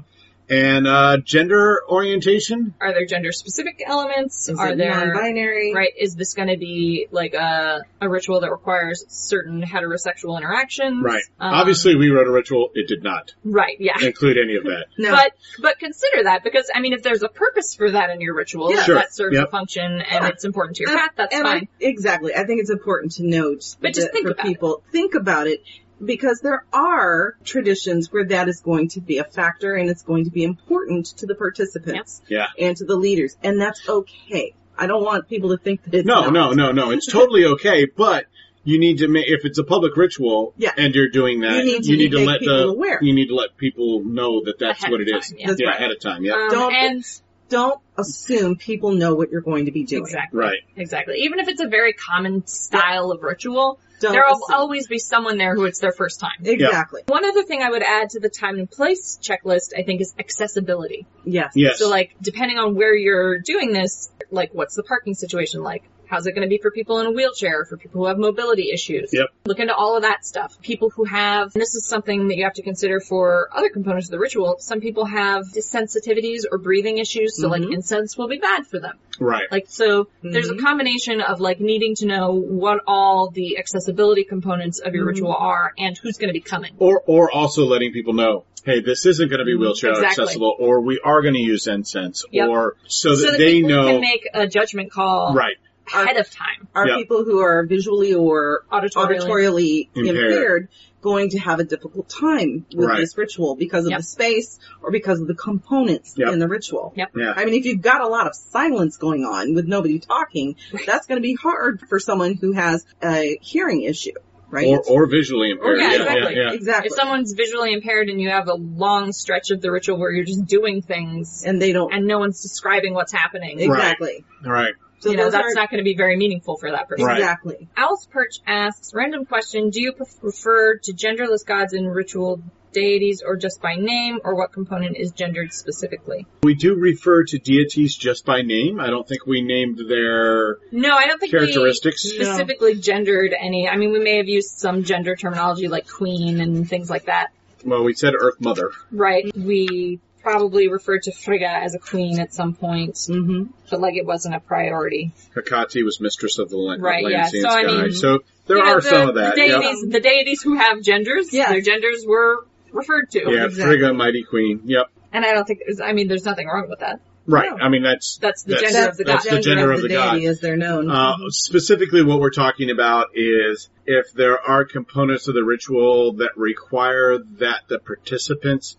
And, uh, gender orientation?
Are there gender specific elements?
Is
Are
it
there
non-binary?
right? Is this going to be like a a ritual that requires certain heterosexual interactions?
Right.
Um,
Obviously we wrote a ritual. It did not
Right. Yeah.
include any of that.
No.
But but consider that because I mean, if there's a purpose for that in your ritual,
Yeah.
if
Sure.
that serves
Yep.
a function and
Yeah.
it's important to your
And-
path, that's
and
fine.
I, exactly. I think it's important to note
But just
that
think
for
about it.
people, think about it because there are traditions where that is going to be a factor and it's going to be important to the participants
Yeah.
and to the leaders. And that's okay. I don't want people to think that it's
No,
not.
no, no, no. It's totally okay, but you need to make, if it's a public ritual
Yeah.
and you're doing that,
You need to make
let
people
the,
aware.
you need to let people know that that's
Ahead
what
of
it
time,
is.
yeah.
That's right.
ahead of time. Yeah.
Um,
Don't-
and
Don't assume people know what you're going to be doing.
exactly,
right.
exactly. Even if it's a very common style of ritual,
Don't
there will
assume.
always be someone there who it's their first time.
exactly.
One other thing I would add to the time and place checklist, I think, is accessibility.
Yes.
Yes.
So like, depending on where you're doing this, like what's the parking situation like? How's it going to be for people in a wheelchair, for people who have mobility issues?
Yep.
Look into all of that stuff. People who have, and this is something that you have to consider for other components of the ritual, some people have sensitivities or breathing issues, so like
Mm-hmm.
Mhm.
incense will be bad for them.
right.
Like, so there's a
Mm-hmm.
Mhm.
combination of like needing to know what all the accessibility components of your
Mhm.
Mm-hmm.
ritual are and who's going to be coming.
Or, or also letting people know, hey, this isn't going to be wheelchair
Mm-hmm. Exactly.
accessible, or we are going to use incense,
Yep.
or so that,
so that
they
people
know,
can make a judgment call
right,
ahead of time.
Are
Yeah.
people who are visually or
Auditorially.
auditorially
Impaired.
impaired, going to have a difficult time with
Right.
this ritual because of
Yep.
the space or because of the components
Yep.
in the ritual.
Yep.
Yeah.
I mean, if you've got a lot of silence going on with nobody talking, that's going to be hard for someone who has a hearing issue, right?
or or visually impaired.
Oh, yeah,
yeah,
exactly.
yeah, yeah.
exactly.
If someone's visually impaired and you have a long stretch of the ritual where you're just doing things
and they don't
and no one's describing what's happening,
Right.
exactly.
All right.
So
you know,
those
that's
are-
not going to be very meaningful for that person.
Right.
exactly.
Alice Perch asks, random question, do you prefer to genderless gods in ritual deities or just by name or what component is gendered specifically?
We do refer to deities just by name. I don't think we named their
No, I don't think
Characteristics?
we specifically gendered any. I mean, we may have used some gender terminology like queen and things like that.
well, we said Earth Mother.
Right. We probably referred to Frigga as a queen at some point,
hmm
but like it wasn't a priority.
Hecate was mistress of the land,
Right,
land
yeah.
sea, and
So, I
sky.
mean,
so there
You know,
are
the,
some of
the
that. Yeah,
deities, the deities who have genders,
Yes.
their genders were referred to.
yeah
Exactly.
Frigga, mighty queen. Yep.
And I don't think there's, I mean, there's nothing wrong with that.
Right.
No.
I mean, that's
That's the
That's-
gender of the
that's
god.
the gender of the god.
deity as they're known.
Uh, specifically what we're talking about is if there are components of the ritual that require that the participants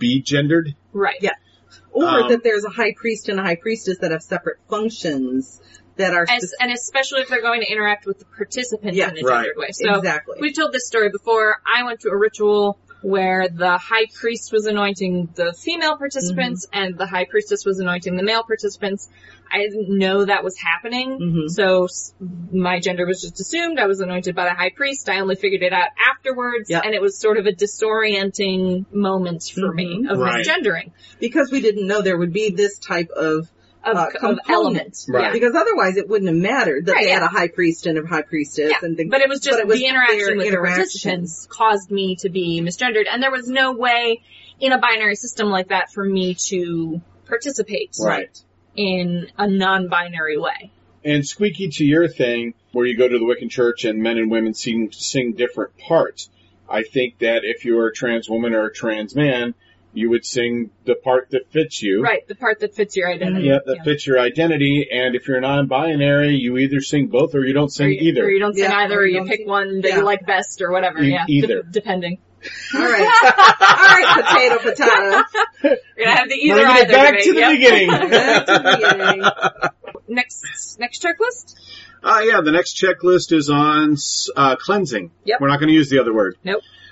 be gendered.
right.
Yeah. or
um,
that there's a high priest and a high priestess that have separate functions that are
As, and especially if they're going to interact with the participants
Yeah.
in a
Right.
gendered way. So
Exactly.
we've told this story before. I went to a ritual where the high priest was anointing the female participants
Mm-hmm.
and the high priestess was anointing the male participants. I didn't know that was happening.
Mhm.
So s- my gender was just assumed. I was anointed by the high priest. I only figured it out afterwards
Yeah.
and it was sort of a disorienting moment for me of
Right.
Mm-hmm.
misgendering.
because we didn't know there would be this type of
of,
uh,
of
component.
elements.
Right.
Yeah.
Because otherwise it wouldn't have mattered that
Right,
they had
yeah.
a high priest and a high priestess
Yeah,
and things.
But it was just
but it was
the
their
interaction with the
interaction.
participants caused me to be misgendered, and there was no way in a binary system like that for me to participate
Right.
in a non-binary way.
And squeaky to your thing, where you go to the Wiccan church and men and women sing, sing different parts. I think that if you're a trans woman or a trans man, you would sing the part that fits you.
Right, the part that fits your identity.
Yeah, that fits your identity. And if you're non-binary, you either sing both or you don't
Or
sing
you,
either.
or you don't sing
Yeah,
either,
or
or
you
you
don't
pick
sing-
one that
yeah.
you like best, or whatever.
E-
yeah,
either.
depending.
All
[LAUGHS]
right. All right, potato, potato.
You're gonna have the
Bringing
either either
it back
debate,
to the [LAUGHS]
yep. [LAUGHS]
beginning.
Back to the beginning.
Next, next checklist.
Ah, yeah. The next checklist is on s- uh, cleansing.
Yep.
We're not going to use the other word.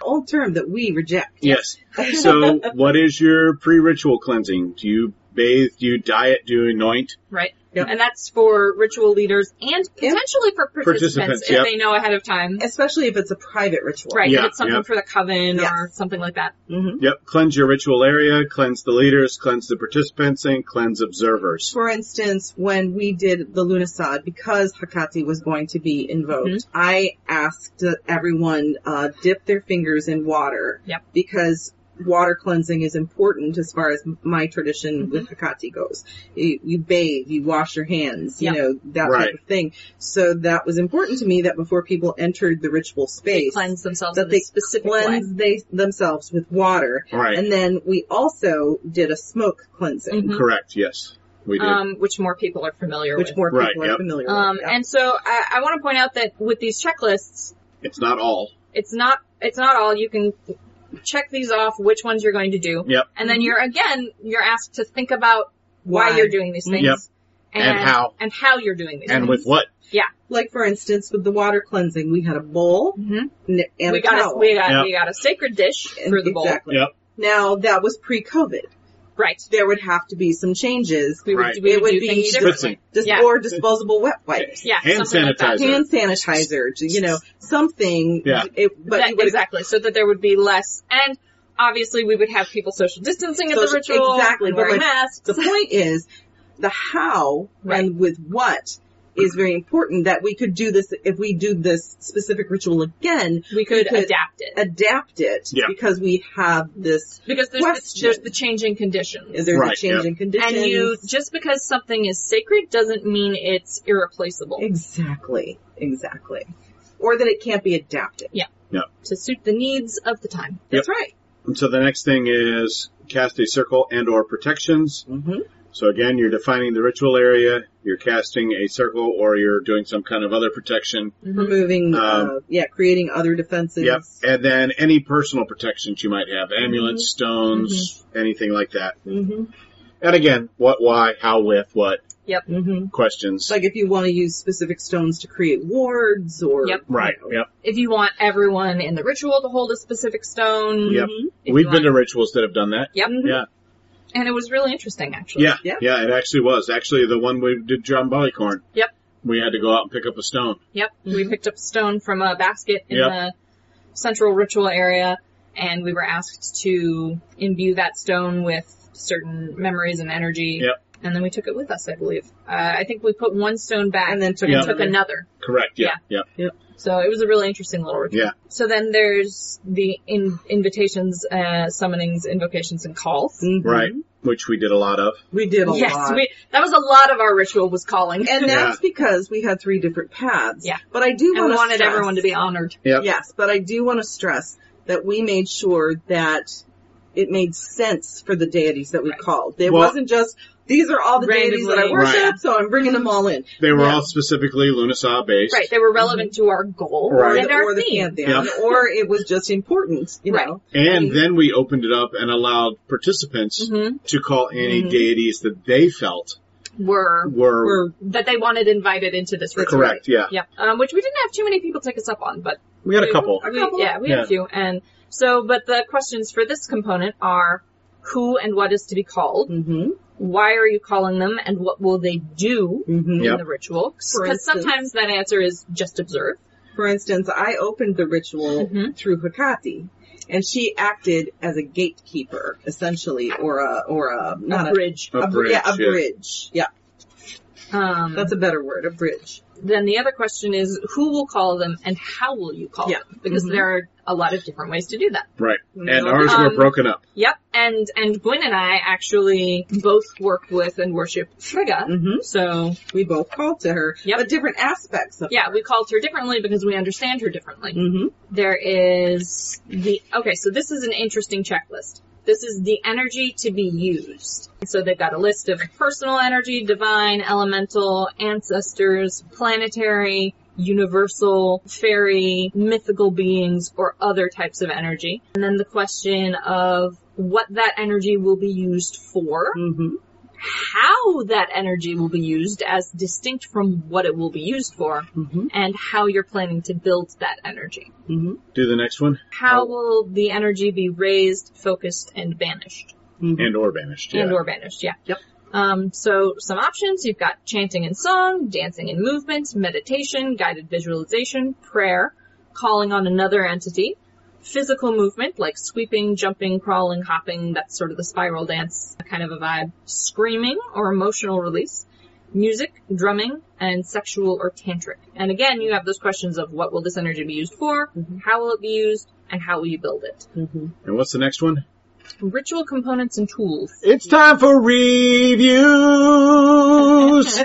Old term that we reject.
Yes.
[LAUGHS]
so, what is your pre-ritual cleansing? Do you bathe? Do you diet? Do you anoint?
Right.
Yep.
And that's for ritual leaders and potentially for participants,
Participants,
if
yep.
they know ahead of time.
Especially if it's a private ritual.
Right.
Yeah,
if it's something
yeah.
for the coven
Yes.
or something like that.
hmm
Yep. Cleanse your ritual area. Cleanse the leaders. Cleanse the participants, and cleanse observers.
For instance, when we did the Lunasad, because Hakati was going to be invoked,
Mm-hmm.
I asked that everyone uh, dip their fingers in water.
Yep.
Because water cleansing is important as far as m- my tradition
Mm-hmm.
with Hakati goes. You, you bathe, you wash your hands,
Yep.
you know, that
Right.
type of thing. So that was important to me that before people entered the ritual
They
space,
cleanse themselves
that
in
they
a specific way.
cleanse they, themselves with water.
Right.
And then we also did a smoke cleansing.
Mhm.
Correct. Yes. We do.
Um, which more people are familiar
Which
with.
more
Right,
people
yep.
are familiar
um,
with. yeah.
and so I, I want to point out that with these checklists,
it's not all.
it's not, it's not all. You can check these off, which ones you're going to do.
Yep.
And then you're, again, you're asked to think about why,
Why?
you're doing these things.
Yep. And how.
And how you're doing these
And with
things.
what?
Like for instance, with the water cleansing, we had a bowl
Mhm.
n- and
we
a
got
towel.
a, we got,
Yep.
we got a sacred dish
And-
for the bowl.
Exactly.
Yep.
Now that was pre-COVID.
Right.
There would have to be some changes.
We would,
Right.
we
it
would
would
do
be
things
dis-
differently.
dis-
Yeah.
or disposable wet wipes,
Yeah.
Hand
something like that.
sanitizer.
hand sanitizer, you know, something.
Yeah.
It, but
That-
you would
exactly, so that there would be less, and obviously we would have people social distancing at the
Social-
ritual,
exactly,
and
but
wearing
like-
masks.
The point is the how
Right.
and with what is very important that we could do this if we do this specific ritual again,
we could
we could-
adapt it
adapt it
Yeah.
because we have this
because there's the,
question.
there's the changing conditions,
is there
Right,
a change
yeah.
in conditions?
and you just because something is sacred doesn't mean it's irreplaceable
exactly, exactly, or that it can't be adapted.
to suit the needs of the time.
That's right.
And so the next thing is cast a circle and or protections.
Mm-hmm.
So again, you're defining the ritual area, you're casting a circle or you're doing some kind of other protection.
Mm-hmm.
Removing, uh,
Um,
yeah, creating other defenses.
Yep. And then any personal protections you might have, amulets, stones, anything like that.
Mm-hmm.
And again, what, why, how, with, what
Mm-hmm.
questions.
Like if you want to use specific stones to create wards or
Yep.
right. Yep.
If you want everyone in the ritual to hold a specific stone,
Yep.
if
We've
you
been to
want-
rituals that have done that.
Yep.
Yeah.
and it was really interesting actually.
Yeah.
Yeah.
Yeah. It actually was. Actually, the one we did John Bollycorn.
Yep.
We had to go out and pick up a stone.
Yep. We picked up stone from a basket in
Yep.
the central ritual area and we were asked to imbue that stone with certain memories and energy.
Yep.
And then we took it with us, I believe. Uh, I think we put one stone back
and then took
Yeah.
took
another.
another.
Correct. Yeah. Yeah.
So it was a really interesting little ritual.
Yeah.
So then there's the in- invitations, uh, summonings, invocations, and calls.
Mhm.
Right. Which we did a lot of.
We did a
yes,
lot.
we, that was a lot of our ritual was calling.
And
Yeah.
that's because we had three different paths.
Yeah.
But I do
And
want
we
to
wanted
stress,
everyone to be honored.
Yep.
Yes, but I do want to stress that we made sure that it made sense for the deities that we
Right.
called. It
Well-
wasn't just these are all the deities that I
Randomly.
worship,
Right.
so I'm bringing them all in.
They were
Yeah.
all specifically Lunasaw based.
Right. They were relevant to our goal
Right.
Mm-hmm. and
the-
our
or the
theme.
pantheon, or it was just important, you
Right.
know.
And
Mhm.
then we opened it up and allowed participants
hmm
to call any
Mhm.
deities that they felt
were
were
We're
that they wanted invited into this ritual.
correct. Yeah.
Yep. Um, which we didn't have too many people take us up on, but
We had a couple.
we-
couple?
yeah, we had
Yeah.
a few. And so, but the questions for this component are who and what is to be called,
hmm
why are you calling them, and what will they do
hmm
Yep.
in the ritual?
For
Because
instance-
sometimes that answer is just observe.
For instance, I opened the ritual
Mhm.
through Hakati, and she acted as a gatekeeper, essentially, or a or a not a,
bridge.
A bridge,
yeah, a
yeah.
bridge. Yeah.
Um,
That's a better word, a bridge.
then the other question is who will call them and how will you call
Yeah.
them? Because
Mhm.
there are a lot of different ways to do that.
Right. And
Mhm.
ours
Um,
were broken up.
Yep. And and Gwyn and I actually both work with and worship Frigga.
Mhm.
So
We both called to her,
Yep.
but different aspects of
yeah, we called her differently because we understand her differently.
Mm-hmm.
There is the okay, so this is an interesting checklist. This is the energy to be used. So they've got a list of personal energy, divine, elemental, ancestors, planetary, universal, fairy, mythical beings, or other types of energy. And then the question of what that energy will be used for,
Mm-hmm.
how that energy will be used as distinct from what it will be used for,
Mm-hmm.
and how you're planning to build that energy.
Mm-hmm.
Do the next one.
How will the energy be raised, focused, and banished?
mm-hmm. And or banished. Yeah.
And or banished, yeah.
Yep.
Um, so some options, you've got chanting and song, dancing and movement, meditation, guided visualization, prayer, calling on another entity, physical movement like sweeping, jumping, crawling, hopping, that's sort of the spiral dance kind of a vibe, screaming or emotional release, music, drumming, and sexual or tantric. And again, you have those questions of what will this energy be used for, how will it be used, and how will you build it?
Mm-hmm.
and what's the next one?
Ritual components and tools.
It's time for reviews.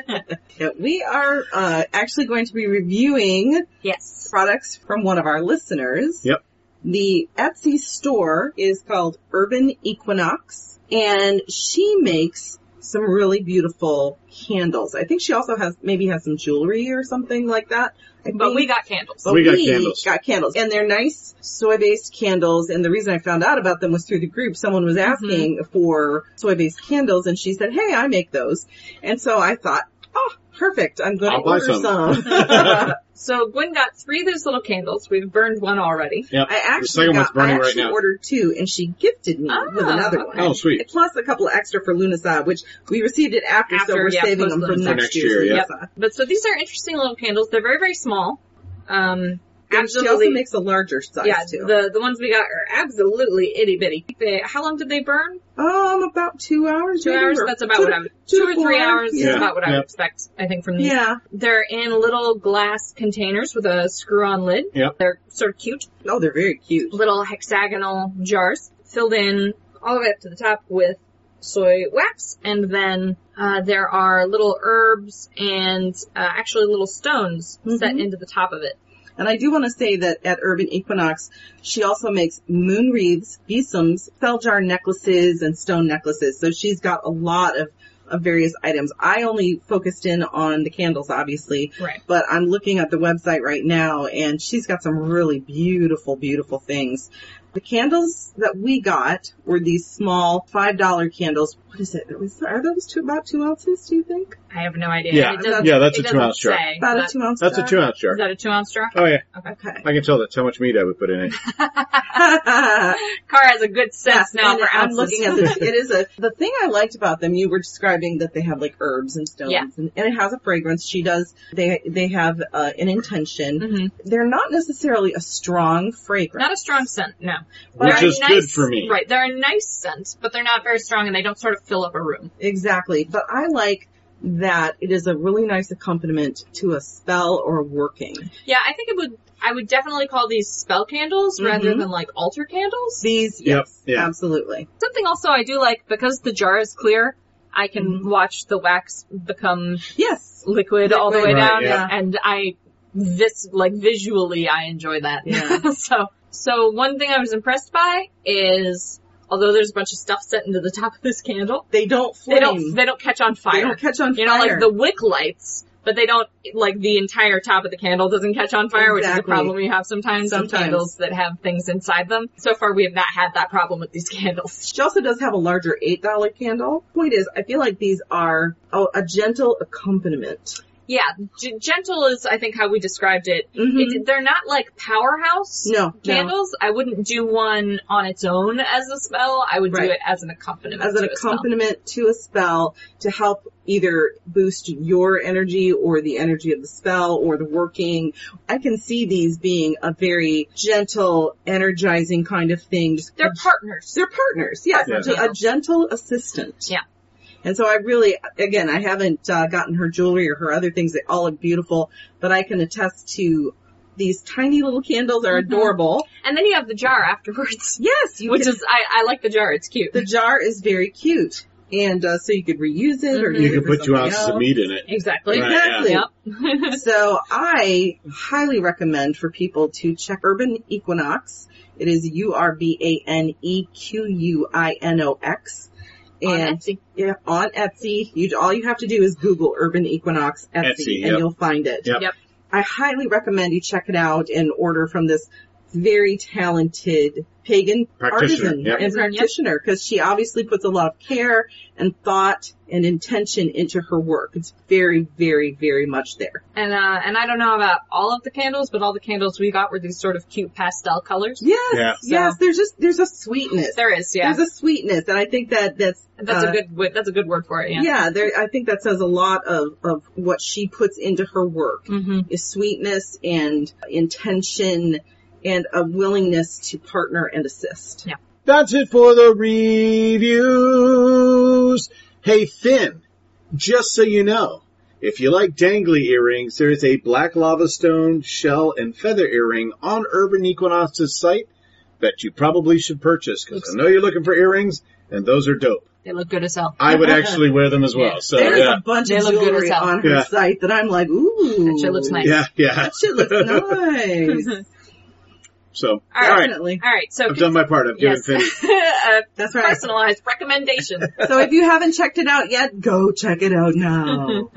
Yeah, we are uh, actually going to be reviewing
Yes.
products from one of our listeners.
Yep.
The Etsy store is called Urban Equinox, and she makes some really beautiful candles. I think she also has maybe has some jewelry or something like that. I
But
think-
we got candles.
We got candles.
Got candles, and they're nice soy-based candles. And the reason I found out about them was through the group. Someone was
Mm-hmm.
asking for soy-based candles, and she said, "Hey, I make those." And so I thought, "Oh, perfect! I'm going
I'll
to
buy
order
some."
some."
[LAUGHS]
So Gwen got three of those little candles. We've burned one already.
yep.
I actually
second
got,
one's burning
I
right
actually
now.
ordered two, and she gifted me
Ah,
with another one.
okay.
Oh, sweet.
Plus a couple of extra for Lunasa, which we received it after,
After,
so we're
yeah,
saving them for
post-Lunasa.
next,
For next year,
year's
yeah.
Lunasa.
But so these are interesting little candles. They're very, very small. Um,
And she also makes a larger size
yeah,
too.
the the ones we got are absolutely itty bitty. They, how long did they burn?
um, about two hours.
Two
maybe,
hours.
or
That's about
two
what
to-
I would.
two
Two,
to
or three
four,
hours is
yeah.
about what I
Yeah.
would expect. I think from these.
Yeah.
They're in little glass containers with a screw-on lid.
Yep.
They're sort of cute.
Oh, they're very cute.
little hexagonal jars filled in all the way up to the top with soy wax and then uh, there are little herbs and uh, actually little stones set
Mhm.
into the top of it
And I do want to say that at Urban Equinox, she also makes moon wreaths, besoms, fell jar necklaces, and stone necklaces. So she's got a lot of, of various items. I only focused in on the candles, obviously,
right
but I'm looking at the website right now and she's got some really beautiful, beautiful things. The candles that we got were these small $5 candles. What is it? It was- are those two, about two ounces, do you think?
i have no idea
Yeah.
it doesn't,
Yeah, that's
it
a
doesn't
two-ounce jar.
say.
About
That-
a two ounce
That's a two ounce
is
jar.
that a two ounce jar
Oh yeah,
Okay. [LAUGHS]
I can tell that's how much meat I would put in it.
car has a good sense now
and
for
I'm
ounces
looking at the, it is a, the thing I liked about them, you were describing that they have like herbs and stones
Yeah.
and, and it has a fragrance. She does, they, they have uh, an intention.
Mhm.
They're not necessarily a strong fragrance.
[LAUGHS] not a strong scent no
Which
They're a
is good
nice-
for me.
right they're a nice scent but they're not very strong and they don't sort of fill up a room
Exactly. But I like that it is a really nice accompaniment to a spell or a working.
yeah i think it would i would definitely call these spell candles rather
Mhm.
than like altar candles
These,
Yep,
yes,
yeah.
absolutely.
Something also I do like because the jar is clear, I can
Mm-hmm.
watch the wax become
Yes.
liquid, all the way
Liquid,
right,
down,
yeah.
and I this like visually I enjoy that.
Yeah.
[LAUGHS] so so one thing I was impressed by is although there's a bunch of stuff set into the top of this candle,
They don't flame.
they don't they don't catch on fire.
They don't catch on
you know,
fire.
like the wick lights. But they don't, like the entire top of the candle doesn't catch on fire, which is a
Exactly.
problem you have sometimes, on
Sometimes.
candles that have things inside them. So far we have not had that problem with these [LAUGHS] candles.
She also does have a larger $8 candle. Point is, I feel like these are oh, a gentle accompaniment.
Yeah, g- gentle is I think how we described it.
Mhm.
It- they're not like powerhouse
No, no.
candles. I wouldn't do one on its own as a spell. I would
Right.
do it as an accompaniment.
As an
to a spell.
accompaniment to a spell to help either boost your energy or the energy of the spell or the working. I can see these being a very gentle, energizing kind of thing. Just
They're partners.
They're partners, yes.
Yeah.
A gentle assistant.
Yeah.
And so I really, again, I haven't uh, gotten her jewelry or her other things. They all look beautiful, but I can attest to these tiny little candles are
Mhm.
adorable.
And then you have the jar afterwards, [LAUGHS]
Yes, you
which
can-
is I, I like the jar. It's cute.
the jar is very cute, and uh, so you could reuse it or
Mhm.
use
You
it
can
for
put two
something
ounces of
else.
meat in it.
[LAUGHS] exactly.
Right, yeah.
Exactly.
Yep.
[LAUGHS] So I highly recommend for people to check Urban Equinox. It is U R B A N E Q U I N O X.
On
And
Etsy.
yeah, on Etsy, you all you have to do is Google Urban Equinox Etsy,
Etsy,
and
yep.
you'll find it.
Yep.
Yep.
I highly recommend you check it out and order from this very talented pagan
Practitioner,
artisan
yep.
and
Artisan, yep.
practitioner because she obviously puts a lot of care and thought and intention into her work. It's very, very, very much there.
And uh, and I don't know about all of the candles, but all the candles we got were these sort of cute pastel colors.
Yes,
Yeah.
yes. There's just there's a sweetness.
There is, yeah.
There's a sweetness, and I think that that's
that's
uh,
a good wi- that's a good word for it.
Yeah,
Yeah.
there, I think that says a lot of of what she puts into her work
Mm-hmm.
is sweetness and intention and a willingness to partner and assist.
That's it for the reviews. Hey, Finn, just so you know, if you like dangly earrings, there is a black lava stone, shell, and feather earring on Urban Equinox's site that you probably should purchase because I know you're looking for earrings and those are dope.
They look good as hell.
I would actually wear them as well. So
There's
yeah,
a bunch
They
of
look good
jewelry
as hell.
on her
Yeah.
site that I'm like, ooh,
That shit looks nice.
yeah, yeah.
That shit
[LAUGHS]
looks nice.
So
[LAUGHS] All
all
right.
right,
Definitely.
All right, so
I've done my part. I've given
yes. Uh,
Finn
[LAUGHS] a
That's right.
personalized
[LAUGHS]
recommendation.
So if you haven't checked it out yet, go check it out
[LAUGHS]
now.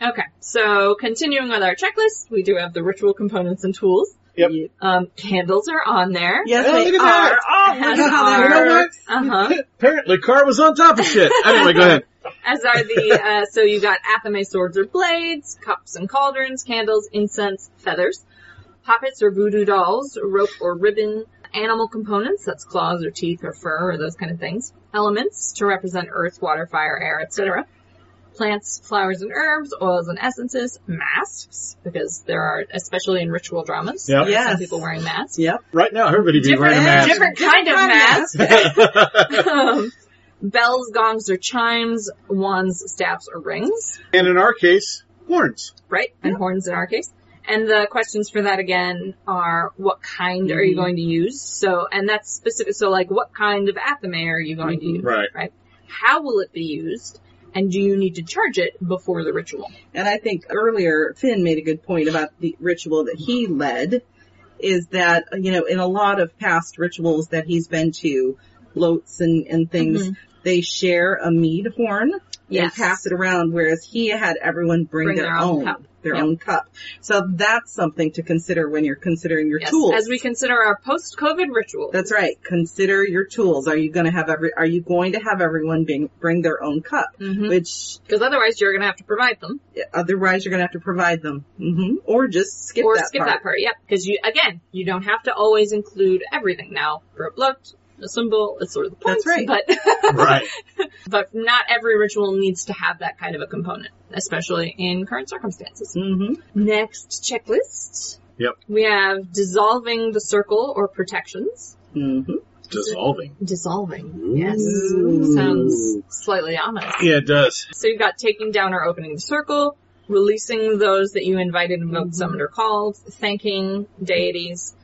Okay, so continuing with our checklist, we do have the ritual components and tools.
Yep.
Um, candles are on there.
Yes,
Oh,
they
look at
are.
that.
[LAUGHS] Oh, look at how
As
that
are-
works.
Uh huh.
Apparently, Car was on top of shit. Anyway, go ahead.
As are the uh, so you got athame swords or blades, cups and cauldrons, candles, incense, feathers, puppets or voodoo dolls, rope or ribbon, animal components that's claws or teeth or fur or those kind of things, elements to represent earth, water, fire, air, etc. Plants, flowers and herbs, oils and essences, masks because there are especially in ritual dramas
Yep.
there are
Yes.
some people wearing masks.
Yep.
Right now, everybody be wearing a mask.
different kind of mask. [LAUGHS] Um, bells, gongs, or chimes, wands, staffs, or rings,
and in our case, horns.
right? And horns in our case. And the questions for that again are what kind are you
Mhm.
going to use? So, and that's specific. So like what kind of athame are you
Mm-hmm.
going to use?
Right.
How will it be used? And do you need to charge it before the ritual?
And I think earlier Finn made a good point about the ritual that he led is that, you know, in a lot of past rituals that he's been to, bloats and, and things,
Mhm.
they share a mead horn and
Yes.
pass it around, whereas he had everyone bring, their, own,
cup.
their
Yep.
own cup. So that's something to consider when you're considering your
Yes.
tools.
As we consider our post-COVID ritual.
That's right. Consider your tools. Are you going to have every, are you going to have everyone bring, bring their own cup?
Because
Which
otherwise you're going to have to provide them.
otherwise you're going to have to provide them. hmm Or just skip
or
that
skip
part.
that part. Yep, because you again, you don't have to always include everything. Now, rope looked, a symbol, it's sort of the point.
That's right.
But [LAUGHS]
Right.
but not every ritual needs to have that kind of a component, especially in current circumstances.
hmm
Next checklist.
Yep.
We have dissolving the circle or protections.
hmm
Dissolving.
Dissolving. Yes.
Ooh.
Sounds slightly ominous.
Yeah, it does.
So you've got taking down or opening the circle, releasing those that you invited, invoked, summoned, or called, thanking deities,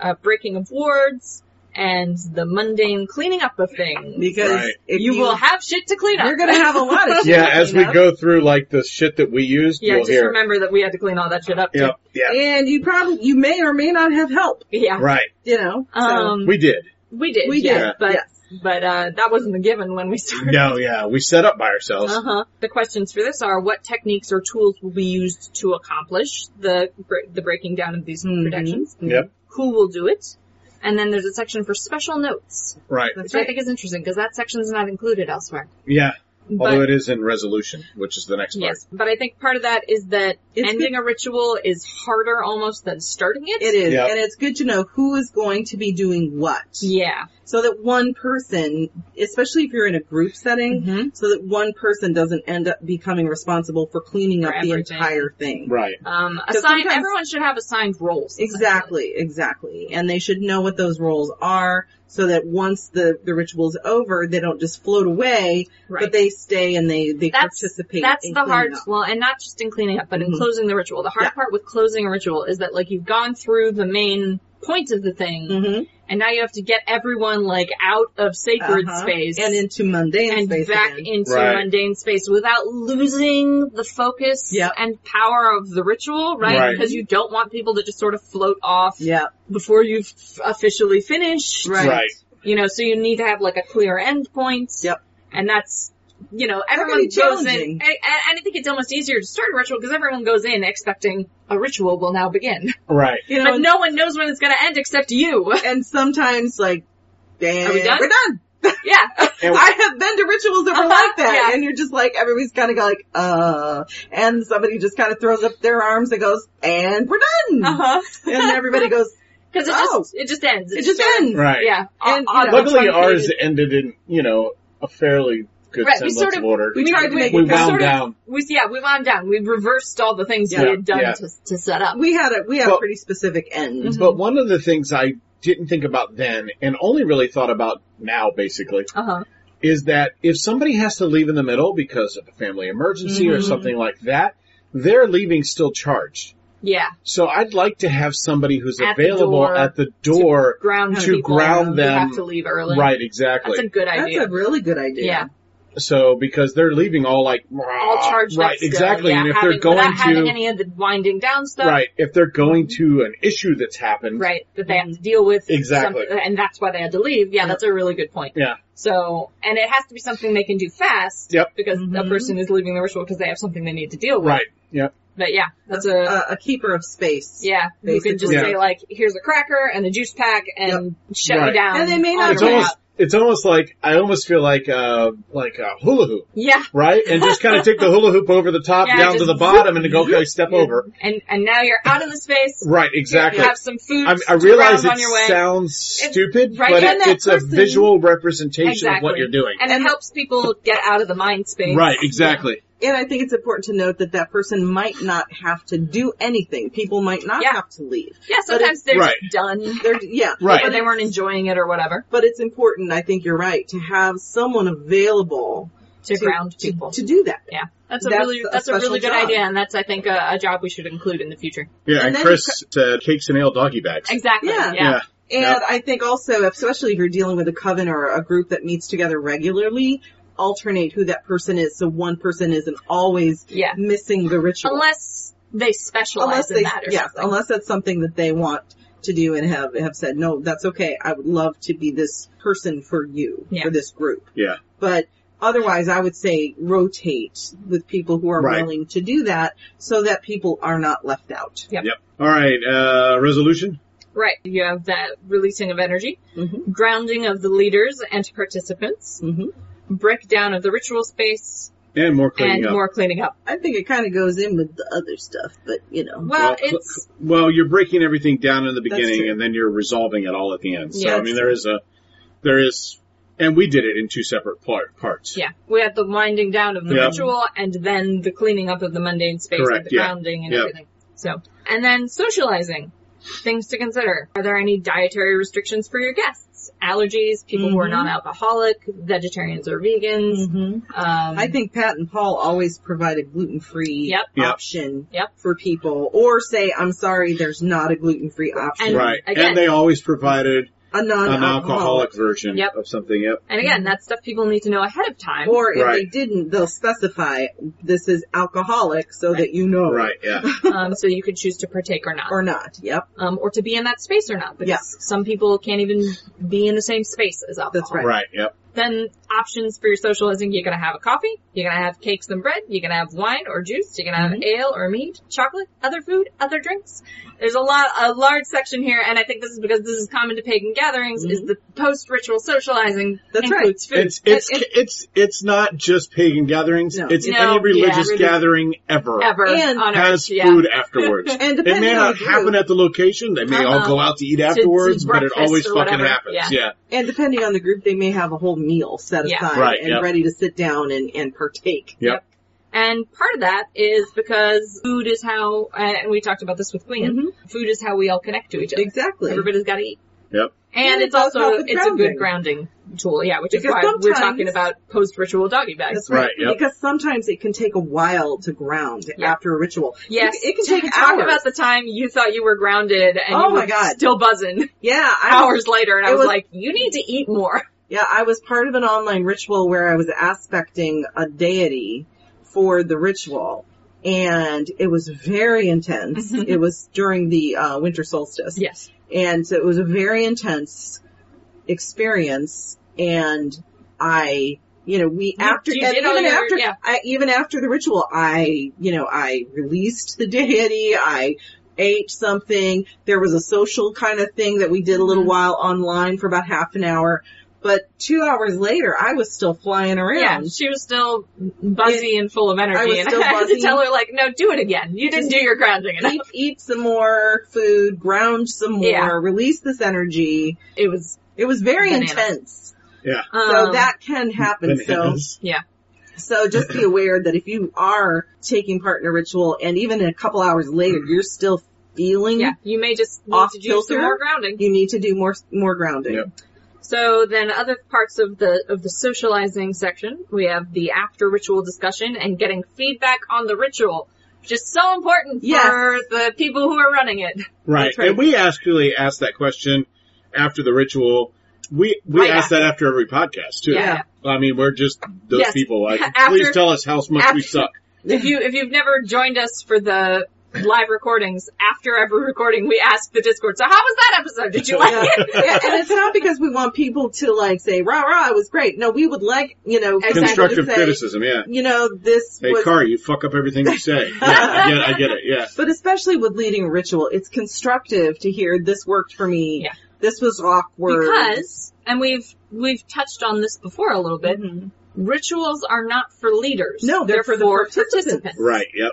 uh, breaking of wards, and the mundane cleaning up of things.
Because
Right.
if
you, will have shit to clean up.
you're gonna have a lot
[LAUGHS]
of shit.
Yeah, as we
cleanup.
go through like the shit that we used,
yeah,
you'll
just
hear.
remember that we had to clean all that shit up.
Yep. Yeah.
And you probably, you may or may not have help,
Too. [LAUGHS] Yeah.
Right.
you know. So,
Um,
We did.
we did.
we
yeah,
did,
But,
yes.
but, uh, that wasn't a given when we [LAUGHS] started.
No, yeah, we set up by ourselves.
Uh-huh. The questions for this are what techniques or tools will be used to accomplish the bre- the breaking down of these
Mhm.
protections?
Yep.
Who will do it? And then there's a section for special notes,
Right.
that's
which I
right.
think is interesting because that section's not included elsewhere.
Yeah. Although it
But
is in resolution, which is the next part.
yes, but I think part of that is that
It's
ending a ritual is harder almost than starting it.
It is,
Yep.
and it's good to know who is going to be doing what.
Yeah.
So that one person, especially if you're in a group setting,
Mm-hmm.
so that one person doesn't end up becoming responsible for cleaning
For
up the
everything.
entire thing.
Right.
Um,
So
assigned.
sometimes-
Everyone should have assigned roles. essentially.
Exactly, exactly. And they should know what those roles are so that once the, the ritual's over, they don't just float away,
Right.
but they stay and they, they
That's-
participate.
That's
in
the
cleaning
hard,
up.
well, and not just in cleaning up, but in
Mhm.
closing the ritual. The hard
Yeah.
part with closing a ritual is that like you've gone through the main points of the thing,
Mhm.
and now you have to get everyone like out of sacred
Uh-huh.
space
And into mundane
and
space
back
again.
into
Right.
mundane space without losing the focus
Yep.
and power of the ritual, right?
Right.
Because you don't want people to just sort of float off
Yeah,
before you've officially finished.
right.
Right.
You know, so you need to have like a clear end point.
Yep.
And that's, you know,
can
everyone
be
goes in,
challenging.
and, and and I think it's almost easier to start a ritual because everyone goes in expecting a ritual will now begin.
Right.
[LAUGHS] You know,
But no one knows when it's gonna end
[LAUGHS]
except you.
and sometimes like, damn,
Are we done?
we're done.
yeah.
And-
I have been to rituals that were
Uh-huh,
like that,
yeah.
and you're just like everybody's kind of like, uh, and somebody just kind of throws up their arms and goes, and we're done,
Uh-huh.
and
[LAUGHS]
everybody goes,
Cause it
Oh.
just, it just ends.
it just
sort of-
ends.
Right.
Yeah.
And, you
Odd-
know,
Luckily,
truncated.
ours ended in you know a fairly good
Right, we
semblance
sort of-
of order.
We tried to make
We
it count.
wound
sort of-
down.
We yeah, we wound down. We reversed all the things we
Yeah,
had done
yeah.
to, to set up.
We had a we had
Well-
a pretty specific
Mm-hmm.
end.
But one of the things I didn't think about then, and only really thought about now, basically,
Uh huh.
is that if somebody has to leave in the middle because of a family emergency or
Mm-hmm.
Mhm.
something like that, they're leaving still charged.
Yeah.
So I'd like to have somebody who's
At the
available
door
at the door.
Ground
To
people
ground
who
them.
have to leave early.
Right,
That's a
exactly.
good
That's
idea.
a really good idea.
Yeah.
so because they're leaving all like
all charged up
Uh, Right,
still.
exactly.
Yeah,
and if
having,
they're going
without
to
having any of the winding down stuff,
Right. If they're going to an issue that's happened.
right, that they have
Mm-hmm.
to deal with,
Exactly.
some- and that's why they had to leave. Yeah, that's a really good point.
Yeah.
So, and it has to be something they can do fast.
Yep.
Because a
Mhm.
person is leaving the ritual because they have something they need to deal with.
Right. Yep.
But yeah, that's a
A, a keeper of space.
yeah. You can just
Basically.
say like, here's a cracker and a juice pack, and shut
Right.
you down.
And they may
on
not
your
It's
Right.
way
almost
out.
it's almost like I almost feel like uh like a hula hoop,
Yeah.
right? And just kind of take the hula hoop over the top
Yeah,
down to
just
the bottom and go okay, step over.
And and now you're out in the space.
Right, exactly.
Have some food.
I, I
to
realize
ground on
it
your way.
sounds stupid,
right,
but
and
it,
that
it's a
person-
visual representation of what
Exactly.
you're doing.
and, it helps people get out of the mind space.
Right, exactly.
And I think it's important to note that that person might not have to do anything. People might not
Yeah.
have to leave.
Yeah, sometimes they're
Right.
just done.
They're, yeah.
Right.
Or they weren't enjoying it or whatever.
But it's important, I think you're right, to have someone available
To, ground people.
to do that.
yeah. That's a
That's
really
a
that's a, really
special
good
job.
idea and that's I think a, a job we should include in the future.
Yeah,
And
and,
then
Chris uh, cakes and ale doggy bags.
Exactly.
Yeah.
Yeah.
Yeah.
And
Yep.
I think also, especially if you're dealing with a coven or a group that meets together regularly, alternate who that person is so one person isn't always
Yeah.
missing the ritual.
Unless they
unless
specialize in
they,
that or
yes,
something.
unless that's something that they want to do and have have said, no, that's okay. I would love to be this person for you
Yeah.
for this group.
Yeah.
But otherwise, I would say rotate with people who are
Right.
willing to do that, so that people are not left out.
Yep. All right, uh resolution?
Right. You have that releasing of energy,
Mm-hmm.
grounding of the leaders and participants,
Mm-hmm.
breakdown of the ritual space,
And more cleaning
and
up.
more cleaning up.
I think it kind of goes in with the other stuff, but you know,
Well,
Well, cl-
it's
Well, you're breaking everything down in the
That's
beginning
true.
and then you're resolving it all at the end. So
Yeah,
I mean there is a there is and we did it in two separate part, parts.
Yeah, we had the winding down of the
Yeah.
ritual and then the cleaning up of the mundane space,
Correct,
like the
yeah.
grounding and
Yeah.
everything. So, and then socializing. Things to consider. Are there any dietary restrictions for your guests? Allergies, people who are
Mhm.
non-alcoholic, vegetarians or vegans. Um,
Mm-hmm. I think Pat and Paul always provide a gluten free
Yep.
Yep.
option
Yep.
for people, or say, "I'm sorry, there's not a gluten free option."
And
right.
again-
and they always provided
a
an
non-alcoholic.
alcoholic version
Yep.
of something. Yep.
and again, that's stuff people need to know ahead of time.
Mm-hmm. Or if they
Right.
didn't, they'll specify this is alcoholic so that you know
Right,
[LAUGHS]
yeah.
[LAUGHS] um, so you could choose to partake or not,
or not. Yep,
um, or to be in that space or not. Because
Yeah.
some people can't even be in the same space as alcohol.
That's right.
Right, yep.
then options for your socializing. You're gonna have a coffee, you're gonna have cakes and bread, you're gonna have wine or juice, you're gonna
Mm-hmm.
have ale or meat, chocolate, other food, other drinks. There's a lot, a large section here, and I think this is because this is common to pagan gatherings, is the post-ritual socializing
Mm-hmm. That's right.
includes food.
It's it's it's it's not just pagan gatherings.
No.
It's
No,
any
yeah,
religious
religious-
gathering ever.
ever
And
on
has
earth. Yeah.
food
[LAUGHS]
afterwards.
and
It
depending
may
on
not
the group,
happen at the location. They may all
Uh-uh.
go out to eat
to
afterwards, but it
breakfast
always
or
fucking
whatever.
happens.
Yeah.
yeah.
and depending on the group, they may have a whole meal set
Yeah.
aside
Right,
and
yep.
ready to sit down and and partake.
Yep.
And part of that is because food
Mm-hmm.
is how, and Mm-hmm. we talked about this with Queen, food is how we all connect to each other.
Exactly.
Everybody's gotta eat.
Yep.
And
Yeah,
it's
it does
also
help with
it's a good grounding tool, yeah, which is
Because
why we're
sometimes-
talking about post ritual doggy bags.
That's right.
Right, yep.
Because sometimes it can take a while to ground
Yeah.
after a ritual.
Yes,
It, can take
[LAUGHS] Talk
hours.
about the time you thought you were grounded and
Oh
you
my
were
God.
still buzzing
yeah, I was,
[LAUGHS] hours later, and I
it
was,
was-
like, "You need to
[LAUGHS]
eat more."
yeah, I was part of an online ritual where I was aspecting a deity for the ritual. And it was very intense. it was during the uh, winter solstice.
Yes,
And so it was a very intense experience and I, you know, we after,
you
and
did all
even
your-
after,
yeah.
I, even after the ritual, I, you know, I released the deity, I ate something, there was a social kind of thing that we did a
Mm-hmm.
little while online for about half an hour, but two hours later, I was still flying
yeah,
around.
she was still buzzy and full of energy,
I was
and [LAUGHS]
still
I had to
buzzy.
tell her like, "No, do it again. You didn't do your grounding enough."
Eat, eat some more food, ground some more,
Yeah.
release this energy.
It was
It was very
Banana.
intense.
um,
So that can happen. So,
Bananas.
so just
[CLEARS THROAT]
be aware that if you are taking part in a ritual and even a couple hours later,
Mm-hmm.
you're still feeling
yeah, you may just need
Off
to do some
kilter?
more grounding.
you need to do more, more grounding.
Yep.
So then other parts of the of the socializing section, we have the after ritual discussion and getting feedback on the ritual, which is so important
Yes.
for the people who are running it.
Right.
That's right.
And we actually asked that question after the ritual. We we
Right
ask that after every podcast too.
Yeah.
I mean, we're just those
Yes.
people.
[LAUGHS]
Like,
After-
please tell us how much
after-
we suck.
If you if you've never joined us for the live recordings, after every recording we ask the Discord, so how was that episode? Did you like
Yeah.
it?
[LAUGHS] Yeah, and it's not because we want people to like say, rah, rah, it was great. No, we would like, you know, people to
Constructive
say,
criticism. Yeah.
You know, this
Hey,
was,
Car, you fuck up everything you say.
[LAUGHS]
yeah, I get, I get it. Yeah.
but especially with leading a ritual, it's constructive to hear this worked for me.
Yeah.
This was awkward.
Because and we've we've touched on this before a little bit.
Mhm.
Rituals are not for leaders.
No, they're for the participants.
Right. Yep.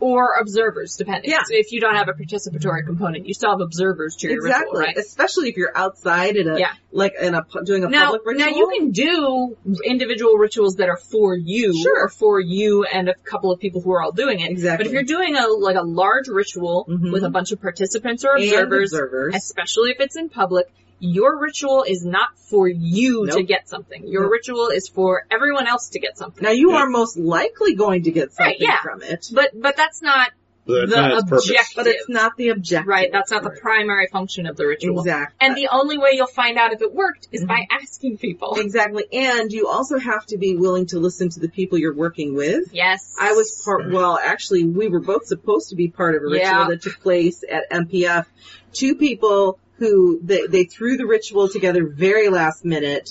or observers, depending.
Yeah.
So if you don't have a participatory component, you still have observers to your
exactly.
ritual, right?
Especially if you're outside at a,
Yeah.
like in a, pu- doing a
Now,
public ritual.
now you can do individual rituals that are for you,
Sure.
or for you and a couple of people who are all doing it.
Exactly.
But if you're doing a like a large ritual
Mhm.
with a bunch of participants or
And
observers,
observers.
especially if it's in public, your ritual is not for you to
Nope.
get something. Your
Nope.
ritual is for everyone else to get something.
Now you
Yeah.
are most likely going to get something
Right, yeah.
from it,
But but that's not
But That's
The
not its purpose.
object-
but it's not the objective.
right. That's not the primary function of the ritual.
Exactly.
And the only way you'll find out if it worked is by asking people.
exactly. And you also have to be willing to listen to the people you're working with.
Yes.
I was part, well, actually we were both supposed to be part of a ritual
Yeah.
that took place at MPF. Two people who, they, they threw the ritual together very last minute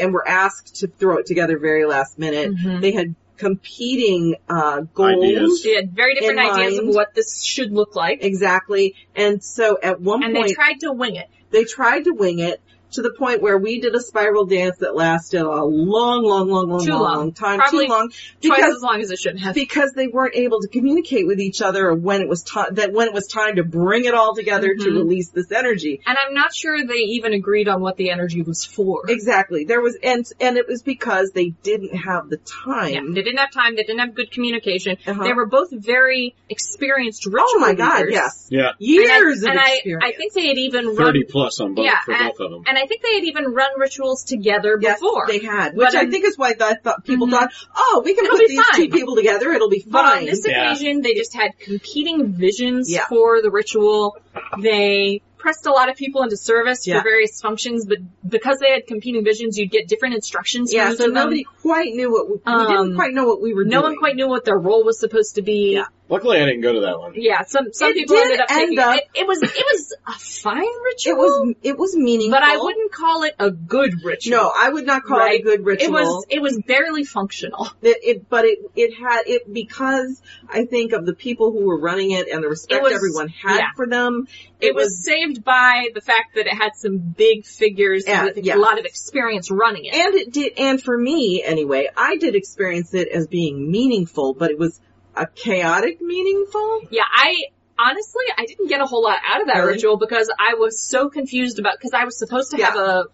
and were asked to throw it together very last minute.
Mhm.
They had competing, uh, goals.
Ideas.
She had very different
In
ideas of
mind.
what this should look like.
Exactly. And so at one
And
point,
they tried to wing it.
they tried to wing it to the point where we did a spiral dance that lasted a long, long, long, long,
Too
long,
long.
time,
Probably
too long,
Twice
because
as long as it should have.
because they weren't able to communicate with each other when it was time that when it was time to bring it all together to
Mhm.
release this energy.
And I'm not sure they even agreed on what the energy was for.
Exactly. There was and and it was because they didn't have the
Yeah,
time.
they didn't have time. They didn't have good communication.
Uh-huh.
They were both very experienced ritual
oh my god!
leaders.
Yes,
Yeah.
years
and
of
I, and
experience.
I, I think they had even run.
Thirty plus on both
yeah,
for
and,
both of them.
and I think they had even run rituals together
Yes,
before.
they had, which
But
I
on-
think is why the, thought people
Mhm.
thought, oh, we can
It'll
put
be
these two
fine.
people together; it'll be
But
fine.
on this
Yeah.
occasion, they just had competing visions
Yeah.
for the ritual. They pressed a lot of people into service
Yeah.
for various functions, but because they had competing visions, you'd get different instructions. from
Yeah,
each
so
of them.
nobody quite knew what we, we
Um,
didn't quite know what we were
no
doing.
one quite knew what their role was supposed to be.
Yeah.
Luckily, I didn't go to that one.
Yeah, some some
It
people
did
ended up
end
taking
up-
it. It was it was a fine ritual.
It was it was meaningful,
but I wouldn't call it a good ritual.
No, I would not call it
Right.
a good ritual.
It was it was barely functional.
That it- but it it had it because I think of the people who were running it and the respect
was-
everyone had
yeah.
for them.
It, was, saved by the fact that it had some big figures
Yeah,
with
yeah.
a lot of experience running it.
and it did and for me anyway, I did experience it as being meaningful, but it was a chaotic meaningful.
Yeah, I honestly I didn't get a whole lot out of that
Really?
ritual because I was so confused about because I was supposed to
Yeah,
have a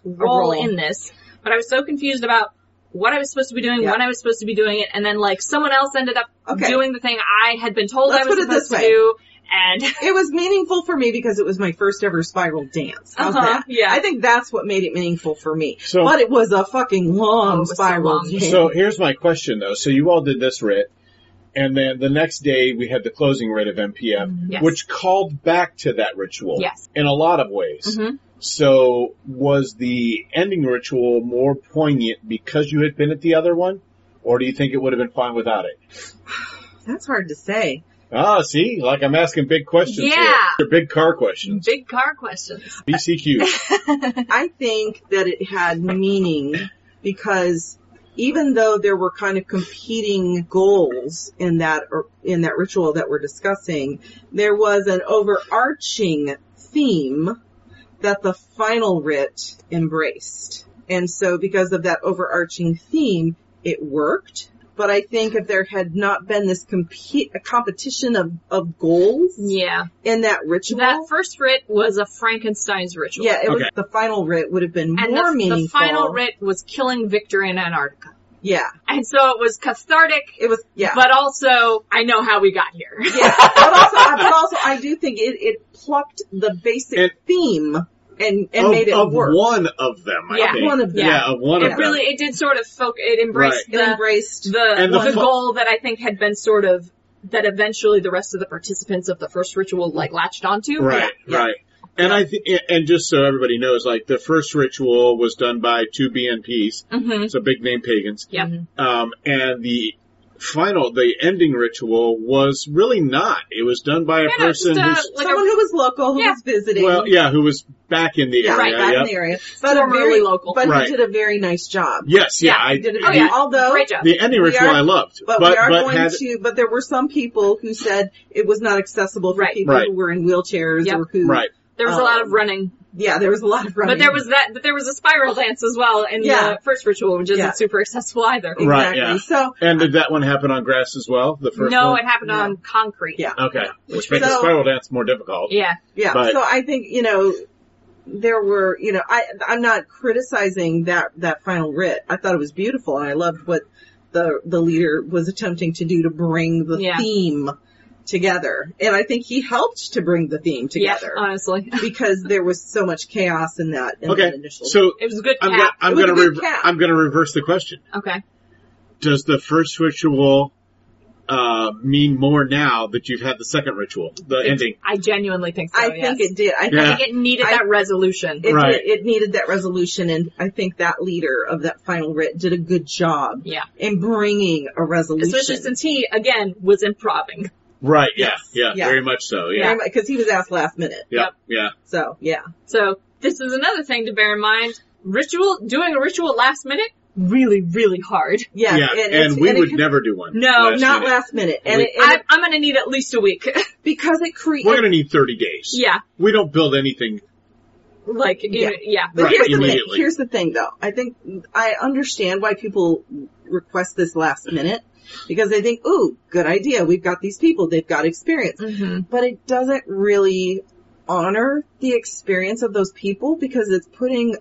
role.
role, in this, but I was so confused about what I was supposed to be doing,
Yeah.
when I was supposed to be doing it, and then like someone else ended up
Okay.
doing the thing I had been told
Let's
I was
put it this
supposed to
way.
do, and [LAUGHS]
It was meaningful for me because it was my first ever spiral dance. How's
Uh-huh,
that?
yeah.
I think that's what made it meaningful for me.
So-
but it was a fucking long
Oh, it was so
spiral
long.
dance.
So here's my question though. So you all did this writ, and then the next day we had the closing writ of MPM,
Mm-hmm. yes.
which called back to that ritual
Yes.
in a lot of ways.
Mhm.
So was the ending ritual more poignant because you had been at the other one, or do you think it would have been fine without it?
that's hard to say.
Ah, see, like I'm asking big questions
Yeah.
here. They're big car
[LAUGHS]
questions.
big car questions.
BCQ.
I think that it had meaning because even though there were kind of competing goals in that or in that ritual that we're discussing, there was an overarching theme that the final writ embraced. And so because of that overarching theme, it worked. But I think if there had not been this compete, a competition of, of goals
Yeah.
in that ritual,
That first writ was a Frankenstein's ritual.
yeah, it was,
Okay.
the final writ would have been
And
more
the,
meaningful.
the final writ was killing Victor in Antarctica.
Yeah,
And so it was cathartic,
it was. Yeah,
but also, I know how we got here.
yeah. But
[LAUGHS]
also, but also, I do think it it plucked the basic
And-
theme and and
of,
made it
of
work.
one of them, I
Yeah.
think.
One of them.
Yeah, of one
It
of
really,
them.
it did sort of folk, it embraced
it
the,
embraced.
the,
And the
the,
fu-
goal that I think had been sort of that eventually the rest of the participants of the first ritual like latched onto.
Right, right. And I think, and just so everybody knows, like the first ritual was done by two BNPs,
Mm-hmm.
so big name pagans.
Yep.
Mm-hmm.
Um, and the final, the ending ritual was really not. It was done by a
Yeah, no, just,
person
uh,
who's,
like
Someone
a-
who was local, who
Yeah.
was visiting.
well, yeah, who was back in the
yeah,
area.
right, back
yep.
in the area, but a
Formerly
very
local.
But
Right.
he did a very nice job.
Yes, yeah,
Yeah,
I,
He did a
Oh,
very,
yeah.
although.
Great job.
the ending
We
ritual
are-
I loved,
But, we are going
had-
to, but there were some people who said it was not accessible for
Right.
people
Right.
who were in wheelchairs
Yep.
or who,
right.
There was a lot of
Um,
running,
yeah, there was a lot of running.
but there was that, but there was a spiral dance as well in
Yeah.
the first ritual, which isn't
Yeah.
super accessible either.
Right.
exactly.
yeah.
So
And did that one happen on grass as well? The first
No,
one?
it happened on concrete.
Yeah.
Okay. Which makes the
So-
spiral dance more difficult.
Yeah.
Yeah.
But-
so I think, you know, there were, you know, I, I'm not criticizing that, that final writ. I thought it was beautiful and I loved what the, the leader was attempting to do to bring the
Yeah.
theme together. And I think he helped to bring the theme together
Yeah, honestly. [LAUGHS]
because there was so much chaos in that, in
Okay.
that initial.
So
It was a good
I'm
cap.
gonna, I'm
It was
gonna,
a good
rev-
cap.
I'm gonna reverse the question.
okay.
Does the first ritual, uh, mean more now that you've had the second ritual? The ending?
I genuinely think so.
I think
Oh, yes.
it did. I think
Yeah.
I think it needed
I-
that resolution.
it,
Right.
did, it needed that resolution and I think that leader of that final writ did a good job
yeah.
in bringing a resolution.
Especially since he, again, was improving.
Right, yeah, yeah,
Yeah.
very much so, yeah.
Because he was asked last minute.
Yeah,
Yep.
yeah.
So yeah.
So this is another thing to bear in mind. Ritual, doing a ritual last minute, really, really hard.
Yeah,
Yeah,
and,
and,
it's-
we
it
would
can-
never do one.
No,
last
not
minute.
last minute, and,
We-
it, and
I,
it-
I'm gonna need at least a week. [LAUGHS]
because it
We're
creates.
gonna need 30 days.
yeah.
We don't build anything.
Like, you
Yeah.
know, yeah.
But
Right,
here's the thing.
immediately.
Here's the thing, though. I think I understand why people request this last minute because they think, "Ooh, good idea. We've got these people. They've got experience."
Mm-hmm.
But it doesn't really honor the experience of those people because it's putting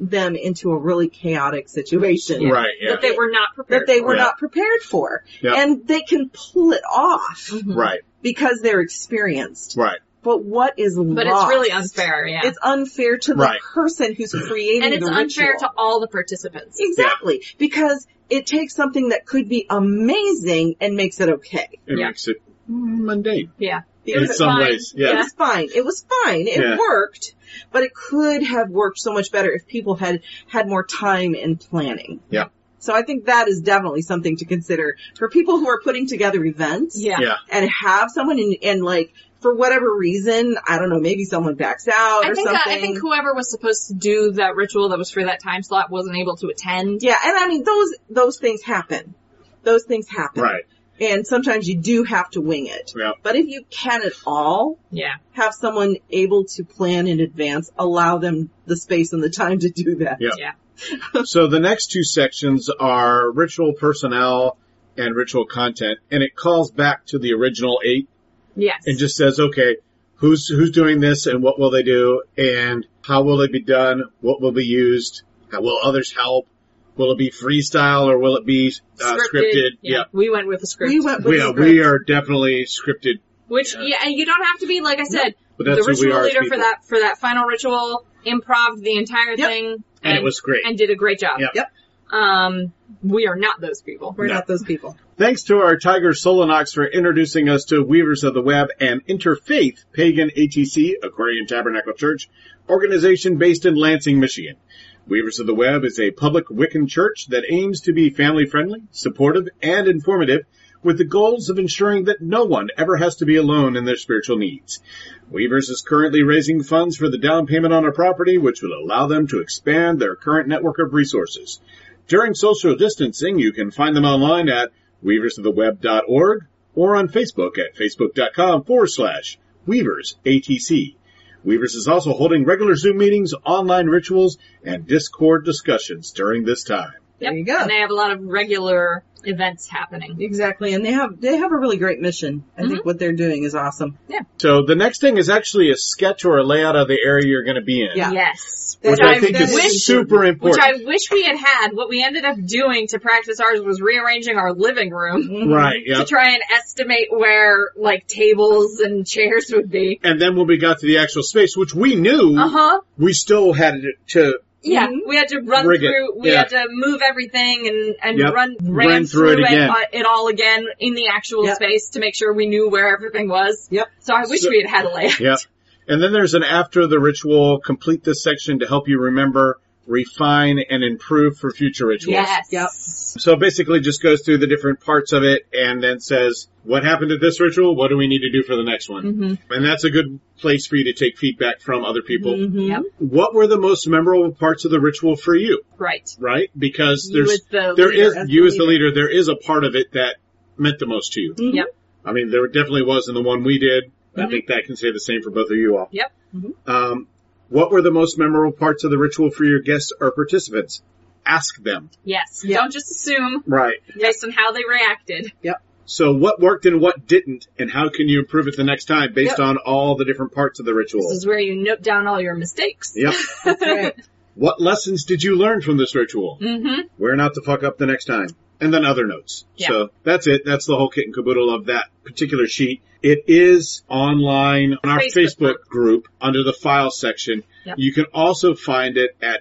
them into a really chaotic situation.
Right, yeah.
That they were not prepared.
That they were
Yeah.
not prepared for.
Yeah. Mm-hmm.
And they can pull it off
Mhm.
Right,
because they're experienced.
right.
But what is
But
lost?
it's really unfair, yeah.
It's unfair to the
Right. Mm-hmm.
person who's creating
and it's
the
unfair
ritual.
to all the participants.
exactly because it takes something that could be amazing and makes it okay.
It
Yeah.
makes it mundane.
Yeah.
It
In
was,
some
fine.
ways,
it
yeah.
was fine. It was fine. It
Yeah.
worked, but it could have worked so much better if people had had more time in planning.
Yeah.
So I think that is definitely something to consider for people who are putting together events
Yeah.
Yeah.
and have someone and, and like for whatever reason, I don't know, maybe someone backs out
I
or
think uh,
Oh, something.
I think whoever was supposed to do that ritual that was for that time slot wasn't able to attend.
Yeah, and I mean those those things happen. Those things happen.
Right,
And sometimes you do have to wing it.
yeah.
But if you can at all,
Yeah,
have someone able to plan in advance, allow them the space and the time to do that.
Yeah.
yeah.
So the next two sections are ritual personnel and ritual content, and it calls back to the original eight
Yes.
and just says, okay, who's who's doing this and what will they do and how will it be done? What will be used? How will others help? Will it be freestyle or will it be uh, scripted?
Yeah.
Yep.
We went with the script.
We went with
We, are-
the
we
script.
are definitely scripted,
Which yeah. and you don't have to be like I said,
but
the
that's who we
ritual
are. as
leader for
people.
that for that final ritual, improv the entire
Yep.
thing, and,
And it was great.
and did a great job.
Yep.
Yep.
Um, we are not those people.
We're
No.
not those people.
Thanks to our Tiger Solonox for introducing us to Weavers of the Web and Interfaith Pagan ATC, Aquarian Tabernacle Church, organization based in Lansing, Michigan. Weavers of the Web is a public Wiccan church that aims to be family friendly, supportive, and informative with the goals of ensuring that no one ever has to be alone in their spiritual needs. Weavers is currently raising funds for the down payment on a property which will allow them to expand their current network of resources. During social distancing, you can find them online at weaversoftheweb.org or on Facebook at facebook.com forward slash Weavers ATC. Weavers is also holding regular Zoom meetings, online rituals, and Discord discussions during this time.
There you
And
go.
they have a lot of regular events happening.
Exactly, and they have they have a really great mission. I think what they're doing is awesome.
So the next thing is actually a sketch or a layout of the area you're going to be in,
Yeah.
Yes.
which
That
I
is-
think
that
is
wish-
super
Which
important.
I [LAUGHS] wish we had had. What we ended up doing to practice ours was rearranging our living
Mm-hmm.
room
right, yeah.
to try and estimate where like tables and chairs would be.
And then when we got to the actual space, which we knew,
Uh huh.
we still had to
Yeah,
Mm-hmm.
we had to run
Rig it.
through. We
Yeah.
had to move everything and and
Yep.
run
Ran
ran,
through it again.
uh, it all again in the actual
Yep.
space to make sure we knew where everything was.
Yep.
So I wish
So-
we had had a
[LAUGHS]
layout.
Yep. And then there's an after the ritual, complete this section to help you remember, refine, and improve for future rituals.
Yes.
Yep.
So basically just goes through the different parts of it and then says, what happened at this ritual? What do we need to do for the next one?
Mhm.
And that's a good place for you to take feedback from other people.
Mhm.
Yep.
What were the most memorable parts of the ritual for you?
Right.
Right? Because
You
there's,
as the
there
leader. Mm-hmm.
is,
as the
you as the leader, there is a part of it that meant the most to you.
Mhm.
Yep.
I mean, there definitely was in the one we did. I think that can say the same for both of you all.
Mm-hmm. Yep.
Um, what were the most memorable parts of the ritual for your guests or participants? Ask them.
Yes.
Yeah.
Don't just assume
Right.
based on how they reacted.
So what worked and what didn't, and how can you improve it the next time based
Yep.
on all the different parts of the
This
ritual?
is where you note down all your mistakes. [LAUGHS]
Yep.
That's right.
What lessons did you learn from this ritual?
Mm-hmm.
Where not to fuck up the next time. And then other notes.
Yeah.
So that's it. That's the whole kit and caboodle of that particular sheet. It is online on our
Facebook
Facebook, group under the file section.
Yep.
You can also find it at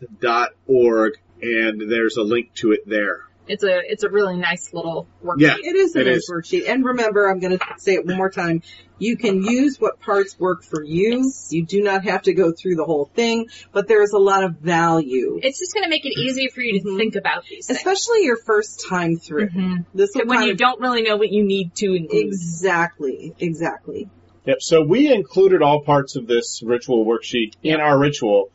apath.org and there's a link to it there.
It's a it's a really nice little worksheet.
Yeah.
It is a
It
nice
is.
worksheet. And remember, I'm going to say it one more time. You can use what parts work for you. You do not have to go through the whole thing, but there is a lot of value,
It's just going to make it easier for you to
Mhm.
think about these things.
especially your first time through.
Mhm.
This will
When
kind
you
of-
don't really know what you need to include.
exactly, exactly.
Yep. So we included all parts of this ritual worksheet in our ritual,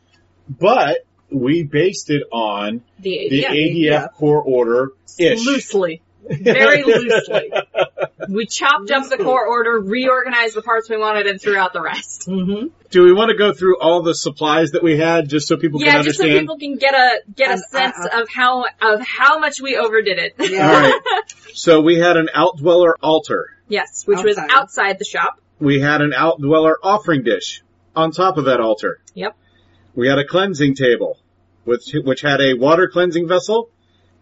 but we based it on
The,
the
yeah.
ADF
yeah.
core order ish.
Loosely. Very loosely. We chopped up the core order, reorganized the parts we wanted, and threw out the rest.
Mm-hmm.
Do we want to go through all the supplies that we had just so people
yeah,
can
just so
understand?
people can get a get a
Um,
sense
uh,
of how of how much we overdid it.
[LAUGHS] Yeah.
all
[LAUGHS]
right. So we had an outdweller altar.
yes, [LAUGHS] which was
Outside.
outside the shop.
We had an outdweller offering dish on top of that altar.
Yep.
We had a cleansing table, which which had a water cleansing vessel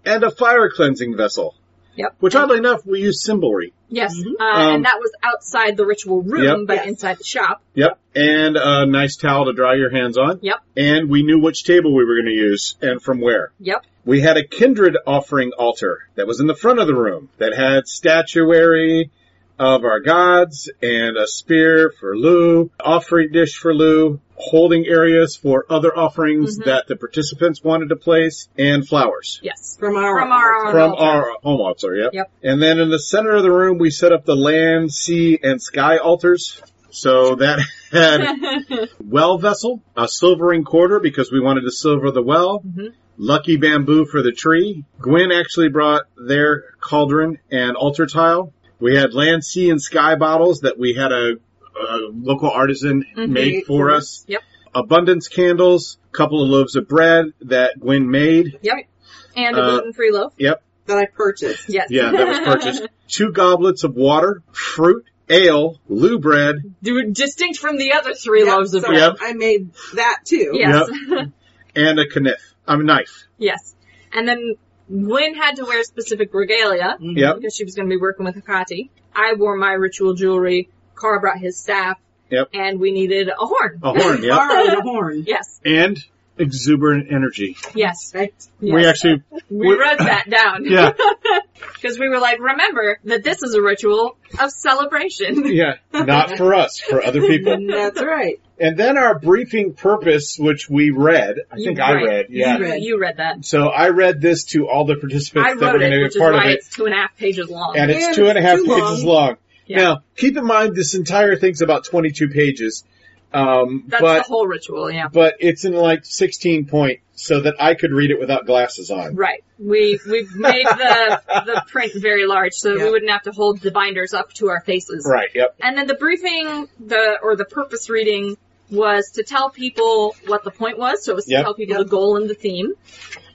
and a fire cleansing vessel.
Yep.
Which oddly enough, we used symbolry.
Yes, uh,
Um,
and that was outside the ritual room,
Yep.
but
Yes.
inside the shop.
Yep. And a nice towel to dry your hands on.
Yep.
And we knew which table we were going to use and from where.
Yep.
We had a kindred offering altar that was in the front of the room that had statuary of our gods and a spear for Lu, offering dish for Lu, holding areas for other offerings
Mhm.
that the participants wanted to place, and flowers.
Yes,
From our
from our own
From
altar.
our home altar, yep.
Yep.
And then in the center of the room, we set up the land, sea, and sky altars. So that [LAUGHS] had [LAUGHS] well vessel, a silvering quarter because we wanted to silver the well,
Mhm.
lucky bamboo for the tree. Gwen actually brought their cauldron and altar tile. We had land, sea, and sky bottles that we had a, a local artisan
Mhm.
make for us.
Yep.
Abundance candles, couple of loaves of bread that Gwen made.
Yep, and a
Uh,
gluten free loaf.
Yep.
that I purchased.
Yes.
Yeah, that was
[LAUGHS]
purchased. Two goblets of water, fruit, ale, loo bread.
Dude, distinct from the other three
Yep,
loaves of
so
bread.
Yep.
I made that too.
Yes.
And a kniff. I'm mean, knife.
yes. And then Gwen had to wear specific regalia
Yep.
because she was going to be working with Hakati. I wore my ritual jewelry. Carr brought his staff.
Yep.
And we needed a horn.
A horn, yeah.
Borrowed a horn.
[LAUGHS] Yes,
And exuberant energy.
yes.
We
Yes.
actually,
We
we-
read that
[LAUGHS]
down.
yeah,
Because we were like, remember that this is a ritual of celebration. [LAUGHS]
yeah. Not for us, for other people.
That's right.
And then our briefing purpose, which we read. I
You
think I
read.
read. Yeah.
You read.
You read that.
So I read this to all the
I
participants that were
wrote
going
it,
to
which
be
is
part of
why
it.
it's two and a half pages long.
And
Yeah,
it's two and a half
too
pages long.
Yeah.
Now, keep in mind this entire thing's about 22 pages. Um,
That's
but,
the whole ritual, yeah.
but it's in like 16 point so that I could read it without glasses on.
Right. We we've made the
[LAUGHS]
the print very large so that we
Yeah.
wouldn't have to hold the binders up to our faces.
Right. Yep.
And then the briefing, the or the purpose reading was to tell people what the point was. So it was to
Yep.
tell people
Yep.
the goal and the theme.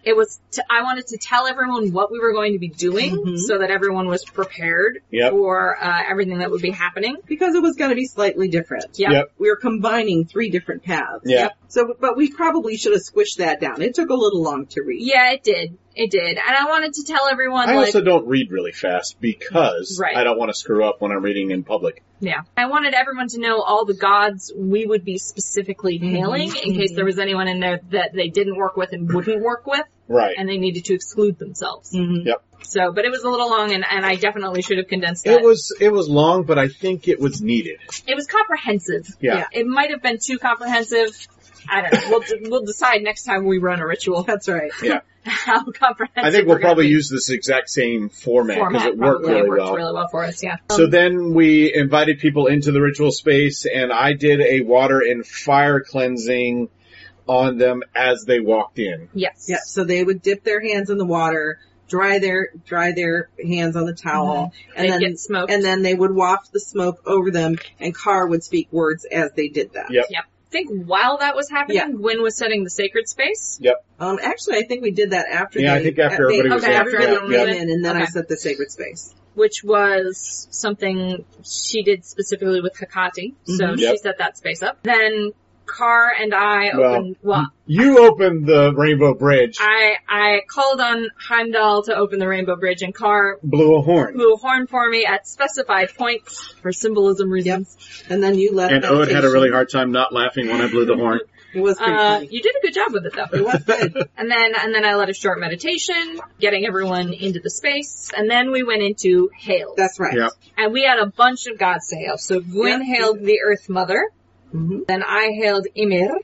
It was to, I wanted to tell everyone what we were going to be doing
Mhm.
so that everyone was prepared
Yep.
for uh, everything that would be happening.
Because it was going to be slightly different.
Yeah.
Yep.
We were combining three different paths.
Yeah.
So, but we probably should have squished that down. It took a little long to read.
Yeah, it did. It did. And I wanted to tell everyone
I
like
also don't read really fast because
Right.
I don't want to screw up when I'm reading in public.
Yeah. I wanted everyone to know all the gods we would be specifically hailing in case there was anyone in there that they didn't work with and wouldn't work with
Right.
and they needed to exclude themselves.
Mhm.
Yep.
So, but it was a little long and, and I definitely should have condensed that.
It was it was long, but I think it was needed.
It was comprehensive.
Yeah.
It might have been too comprehensive. I don't know. We'll, d- we'll [LAUGHS] decide next time we run a ritual [LAUGHS]
That's right.
how comprehensive.
I think we'll
we're gonna
probably
be.
use this exact same format because
format.
it worked
probably.
really
it worked
well.
really well for us. Yeah.
So then we invited people into the ritual space and I did a water and fire cleansing on them as they walked in.
Yes.
Yeah. So they would dip their hands in the water, dry their dry their hands on the towel,
Mm-hmm. They'd
and then
get smoked.
and then they would waft the smoke over them, and Carr would speak words as they did that.
Yep.
I think while that was happening,
Yeah.
Gwen was setting the sacred space.
Um, actually, I think we did that after.
Yeah, I
they,
think after
they-
everybody
was Okay, in. after
everybody
everyone was
went
in.
in, and then I
Okay.
set the sacred space.
which was something she did specifically with Hakati. So
Mhm.
she
Yep.
set that space up. Then Carr and I
Well,
opened, well,
You opened the rainbow bridge,
I, I called on Heimdall to open the Rainbow Bridge and Carr
blew a horn.
blew a horn for me at specified points for symbolism reasons.
And then you left.
And Owen had a
meditation.
really hard time not laughing when I blew the horn.
It was pretty
Uh,
funny.
you did a good job with it though.
It was good.
[LAUGHS]
And then, and then I led a short meditation, getting everyone into the space, and then we went into hail.
That's right.
Yep.
And we had a bunch of gods to hail. So Gwyn
Yeah.
hailed the Earth Mother,
hmm
then I hailed Ymir,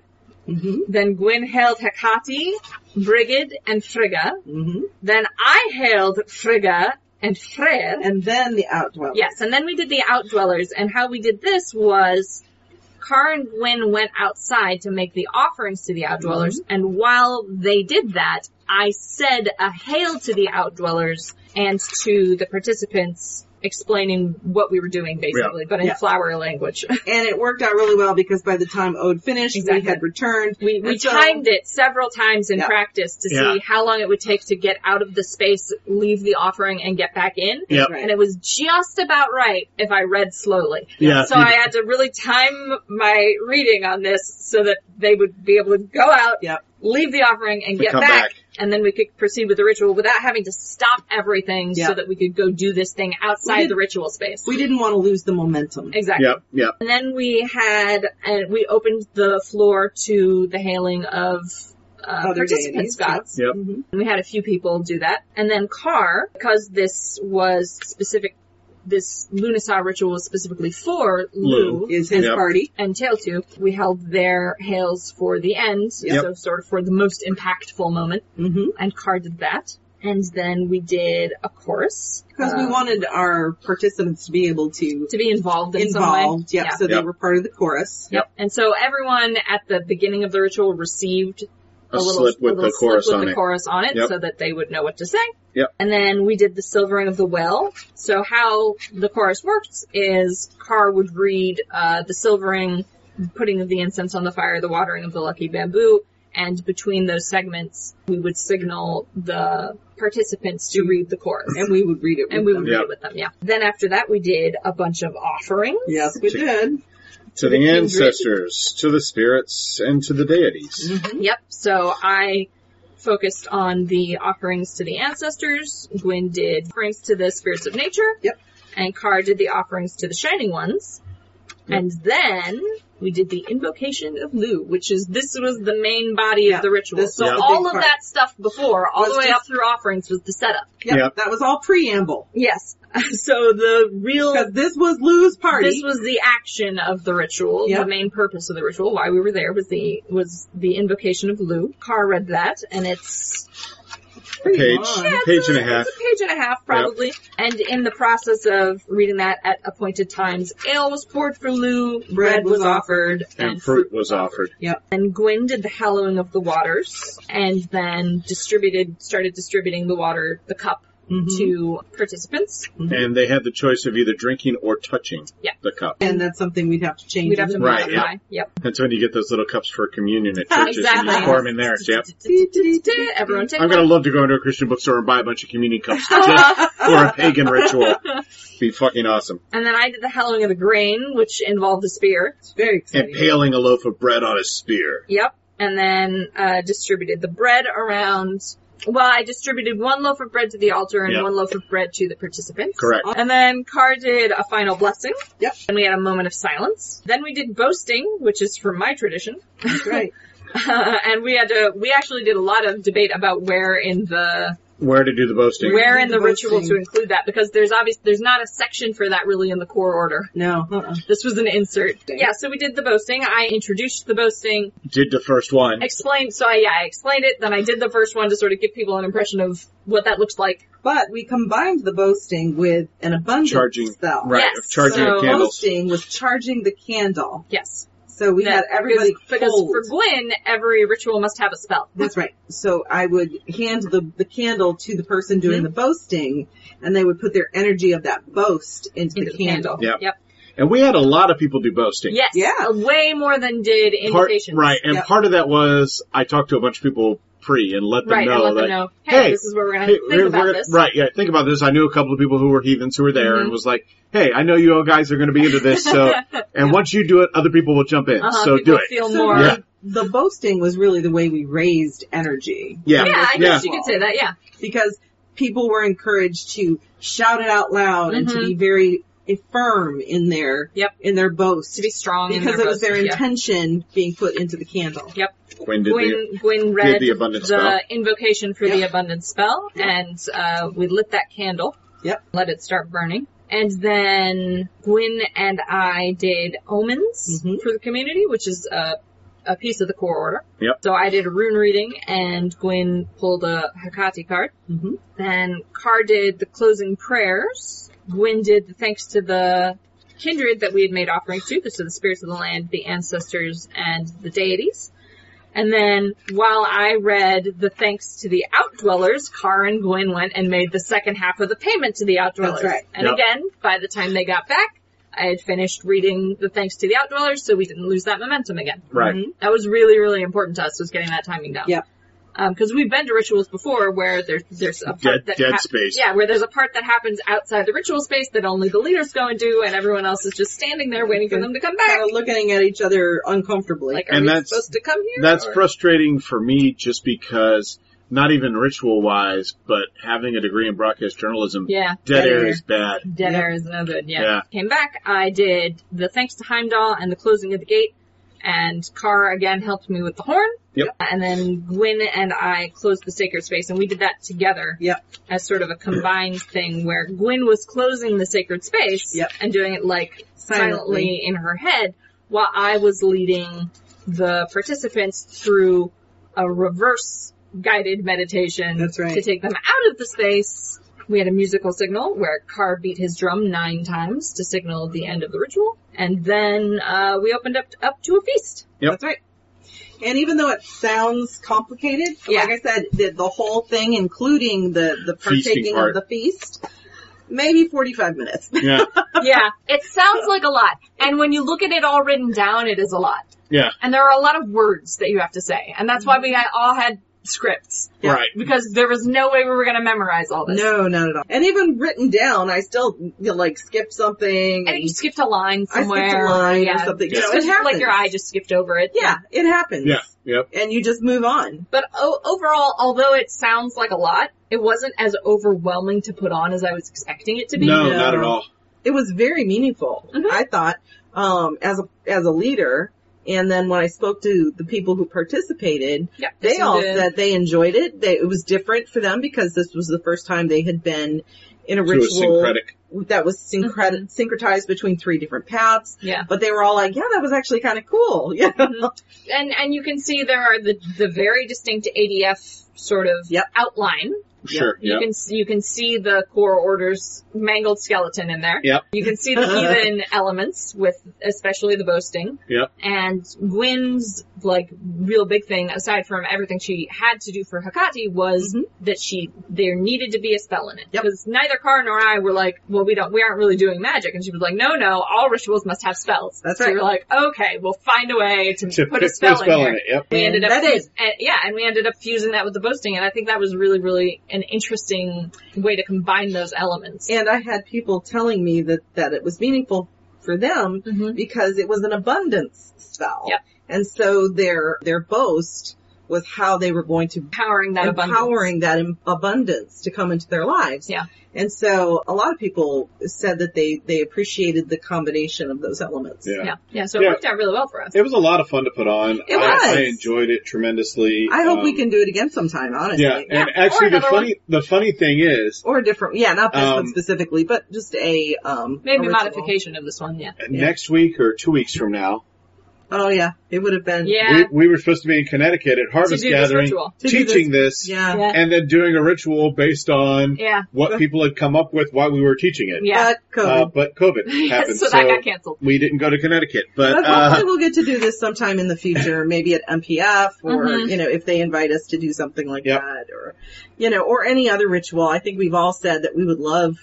hmm
Then Gwyn hailed Hecate, Brigid, and Frigga.
hmm
Then I hailed Frigga and Freyr.
And then the outdwellers.
Yes, and then we did the Outdwellers, and how we did this was Car and Gwyn went outside to make the offerings to the
Mm-hmm.
Outdwellers, and while they did that, I said a hail to the Outdwellers and to the participants explaining what we were doing basically, but in
Yeah.
flower language. [LAUGHS]
And it worked out really well because by the time Ode finished,
Exactly.
we had returned.
We, we
And so-
timed it several times in
Yeah.
practice to
Yeah.
see how long it would take to get out of the space, leave the offering, and get back in.
Yep.
Right.
And it was just about right if I read slowly.
Yeah.
So I had to really time my reading on this so that they would be able to go out,
Yep.
leave the offering, and
To
get
come
back,
back.
and then we could proceed with the ritual without having to stop everything so
Yeah.
that we could go do this thing outside
did-
the ritual space.
We didn't want to lose the momentum.
exactly.
Yep, yep.
And then we had, and we opened the floor to the hailing of uh,
Other deities,
participants' gods. Mm-hmm.
Yep.
Mhm.
And we had a few people do that. And then Carr, because this was specific, this Lunasa ritual was specifically for Lu,
Is his
Yep.
party.
and Tailtu, we held their hails for the end,
Yep.
so sort of for the most impactful moment,
Mm-hmm.
and Carr did that. And then we did a chorus.
Because we
uh,
wanted our participants to be able to
to be involved in some way.
involved. Yep.
Yeah.
So they
Yep.
were part of the chorus.
Yep. And so everyone at the beginning of the ritual received
A,
a, little
slip
a
with
little
the
slip
chorus
with
on
the
it.
chorus on it
Yep.
so that they would know what to say.
Yep.
And then we did the silvering of the well. So how the chorus worked is Carr would read uh, the silvering, putting of the incense on the fire, the watering of the lucky bamboo, and between those segments we would signal the participants to read the chorus.
And we would read it. With
And we would
them.
read
Yep.
it with them, yeah. Then after that we did a bunch of offerings.
Yes, we
To-
did.
To
the
the
kindred. Mm-hmm.
ancestors, to the spirits, and to the deities.
Yep. So I focused on the offerings to the ancestors. Gwyn did offerings to the spirits of nature.
Yep.
And Carr did the offerings to the shining ones. And then we did the invocation of Lu, which is this was the main body
Yeah,
of the ritual.
this
So
was the
all
big
of
part.
that stuff before, all
Was
the way
just-
up through offerings, was the setup.
Yep,
Yep.
That was all preamble.
Yes. [LAUGHS] So the real
Because this was Lou's party.
this was the action of the ritual.
Yep.
The main purpose of the ritual, why we were there, was the was the invocation of Lu. Carr read that, and it's
Page,
long.
page and a half.
it's a page and a half probably. And in the process of reading that, at appointed times, ale was poured for Lu, bread, was,
was
offered,
And fruit was offered.
And Gwyn did the hallowing of the waters, and then distributed started distributing the water, the cup.
Mhm.
To participants,
And they had the choice of either drinking or touching
Mm-hmm. Yeah.
the cup.
and that's something we'd have to change.
we'd have to
in
Right,
modify. Yep.
That's when you get those little cups for communion at churches and you
Exactly.
pour 'em in there. Yep.
Everyone take
I'm
one.
gonna love to go into a Christian bookstore and buy a bunch of communion cups
[LAUGHS]
just for a pagan ritual. Be fucking awesome.
And then I did the hallowing of the grain, which involved a spear.
It's very exciting.
And paling a loaf of bread on a spear.
Yep. And then uh, distributed the bread around. Well, I distributed one loaf of bread to the altar and
Yep.
one loaf of bread to the participants.
Correct.
And then Carr did a final blessing.
Yep.
And we had a moment of silence. Then we did boasting, which is from my tradition. Uh,
That's right.
and we had to, we actually did a lot of debate about where in the,
Where to do the boasting.
where
do
in
the
the ritual
boasting?
to include that because there's obvious, there's not a section for that really in the core order.
No. Uh-uh.
This was an insert. Yeah, so we did the boasting. I introduced the boasting,
Did the first one.
explained, so I, yeah, I explained it, then I did the first one to sort of give people an impression of what that looks like.
But we combined the boasting with an abundance
Charging.
spell.
Right.
Yes.
of Charging
So-
of candles.
Boasting was charging the candle.
Yes.
So we
That-
had everybody
because, because
hold.
for Gwyn, every ritual must have a spell.
That's right. So I would hand the, the candle to the person doing
Hmm?
the boasting, and they would put their energy of that boast into,
Into
the candle.
Yep.
Yep.
And we had a lot of people do boasting.
Yes.
Yeah.
Uh, Way more than did
Part,
invitations.
right. And
Yep.
part of that was I talked to a bunch of people pre and let them
Right,
know
and let them
that
know, hey,
hey,
this is where we're gonna
Hey,
think
we're-
about
we're-
this. Mm-hmm.
Right, yeah, think about this. I knew a couple of people who were heathens who were there and was like, hey, I know you all guys are going to be into this,
[LAUGHS]
so, and once you do it, other people will jump in,
Uh-huh,
so
people
do it.
feel
So
more.
Yeah.
The boasting was really the way we raised energy.
Yeah,
Yeah, I
yeah.
guess you could say that, yeah.
because people were encouraged to shout it out loud and to
Mhm.
be very firm in their
Yep.
in their boast
To be strong in
because
their
it was their
boasting, yeah.
intention being put into the candle.
Yep.
Quinn did the-
Gwyn, Gwyn read
the abundance
the
spell.
invocation for the
Yep.
abundance spell, and uh, we lit that candle.
Yep.
Let it start burning. And then Gwyn and I did omens
Mhm.
for the community, which is a, a piece of the core order.
Yep.
So I did a rune reading, and Gwyn pulled a Hakati card.
Mhm.
Then Carr did the closing prayers. Gwyn did the thanks to the kindred that we had made offerings to, so the spirits of the land, the ancestors, and the deities. And then while I read the thanks to the outdwellers, Car and Gwyn went and made the second half of the payment to the outdwellers.
That's right.
And
Yep.
again, by the time they got back, I had finished reading the thanks to the outdwellers, so we didn't lose that momentum again.
Right.
That was really, really important to us was getting that timing down.
Yep.
Because we've been to rituals before where there's there's a part
Dead-
that
dead
hap-
space.
yeah where there's a part that happens outside the ritual space that only the leaders go and do and everyone else is just standing there waiting for them to come back
Kind of looking at each other uncomfortably.
like are
And
we
that's-
supposed to come here
That's
or-
frustrating for me just because, not even ritual wise, but having a degree in broadcast journalism,
yeah
dead
Dead
air
air.
is bad.
[LAUGHS] Dead
Yep.
air is no good. Yeah.
Yeah.
Came back. I did the thanks to Heimdall and the closing of the gate. And Carr again helped me with the horn.
Yep.
And then Gwyn and I closed the sacred space, and we did that together.
Yep.
As sort of
[CLEARS THROAT]
a combined thing, where Gwyn was closing the sacred space.
Yep.
And doing it like
Silently.
silently, in her head, while I was leading the participants through a reverse guided meditation.
That's right.
To take them out of the space we had a musical signal where Carr beat his drum nine times to signal the end of the ritual, and then uh, we opened up up to a feast.
Yep.
That's right. And even though it sounds complicated,
Yeah.
like I said, the, the whole thing, including the, the
Feasting
partaking
part.
of the feast, maybe 45 minutes. [LAUGHS]
Yeah,
Yeah, it sounds like a lot, and when you look at it all written down, it is a lot.
yeah.
And there are a lot of words that you have to say, and that's why we all had scripts
Yeah.
Right.
because there was no way we were going to memorize all this.
No, not at all. And even written down, I still you know, like skip something.
I think you skipped a line
I skipped
somewhere.
a line
yeah.
or something. You
Yeah.
know, it
Just
happens.
like your eye just skipped over it.
Yeah, it happens.
Yeah. Yep.
And you just move on.
But o- overall, although it sounds like a lot, it wasn't as overwhelming to put on as I was expecting it to be.
No,
No.
not at all.
It was very meaningful,
Mhm.
I thought, um, as a, as a leader. And then when I spoke to the people who participated,
Yeah,
they
so
all
the-
said they enjoyed it. They, it was different for them because this was the first time they had been in a
To a
ritual
syncretic.
that was syncret- syncretized between three different paths.
Yeah.
But they were all like, yeah, that was actually kind of cool. [LAUGHS] Yeah.
and and you can see there are the the very distinct ADF sort of
Yep.
outline.
Sure.
You
Yep.
can s- you can see the core orders mangled skeleton in there.
Yep.
You can see the heathen elements with especially the boasting.
Yep.
And Gwyn's like real big thing aside from everything she had to do for Hakati was
Mhm.
that she there needed to be a spell in it
Yep.
because neither Kara nor I were like, well, we don't we aren't really doing magic, and she was like, no, no, all rituals must have spells.
That's
so
right.
we were like, okay, we'll find a way to,
To
put a spell, in, here.
it. Yep.
We
And
ended up
that
fus-
is-
and- yeah, and we ended up fusing that with the boasting, and I think that was really, really an interesting way to combine those elements.
And I had people telling me that, that it was meaningful for them
Mhm.
because it was an abundance spell.
Yep.
And so their, their boast was how they were going to
Empowering that abundance.
empowering that im- abundance to come into their lives.
Yeah.
And so a lot of people said that they, they appreciated the combination of those elements.
Yeah.
Yeah, yeah. So it
Yeah.
worked out really well for us.
It was a lot of fun to put on.
It
I,
was.
I enjoyed it tremendously.
I hope we
Um,
can do it again sometime, honestly.
Yeah,
Yeah,
and actually,
or
the
another
funny the funny thing is,
Or a different, yeah, not this
Um,
one specifically, but just a, um,
Maybe
a ritual.
modification of this one. Yeah.
next week or two weeks from now,
Oh yeah, it would have been.
Yeah.
we, we were supposed to be in Connecticut at Harvest
To do this
Gathering,
ritual.
To do
teaching this,
Yeah.
Yeah.
and then doing a ritual based on
Yeah.
what people had come up with while we were teaching it.
Yeah.
But COVID.
Uh, but
[LAUGHS]
COVID happened,
so that got canceled.
we didn't go to Connecticut. But
But
uh,
hopefully we'll get to do this sometime in the future, maybe at MPF or,
Mhm.
you know, if they invite us to do something like
Yep.
that or, you know, or any other ritual. I think we've all said that we would love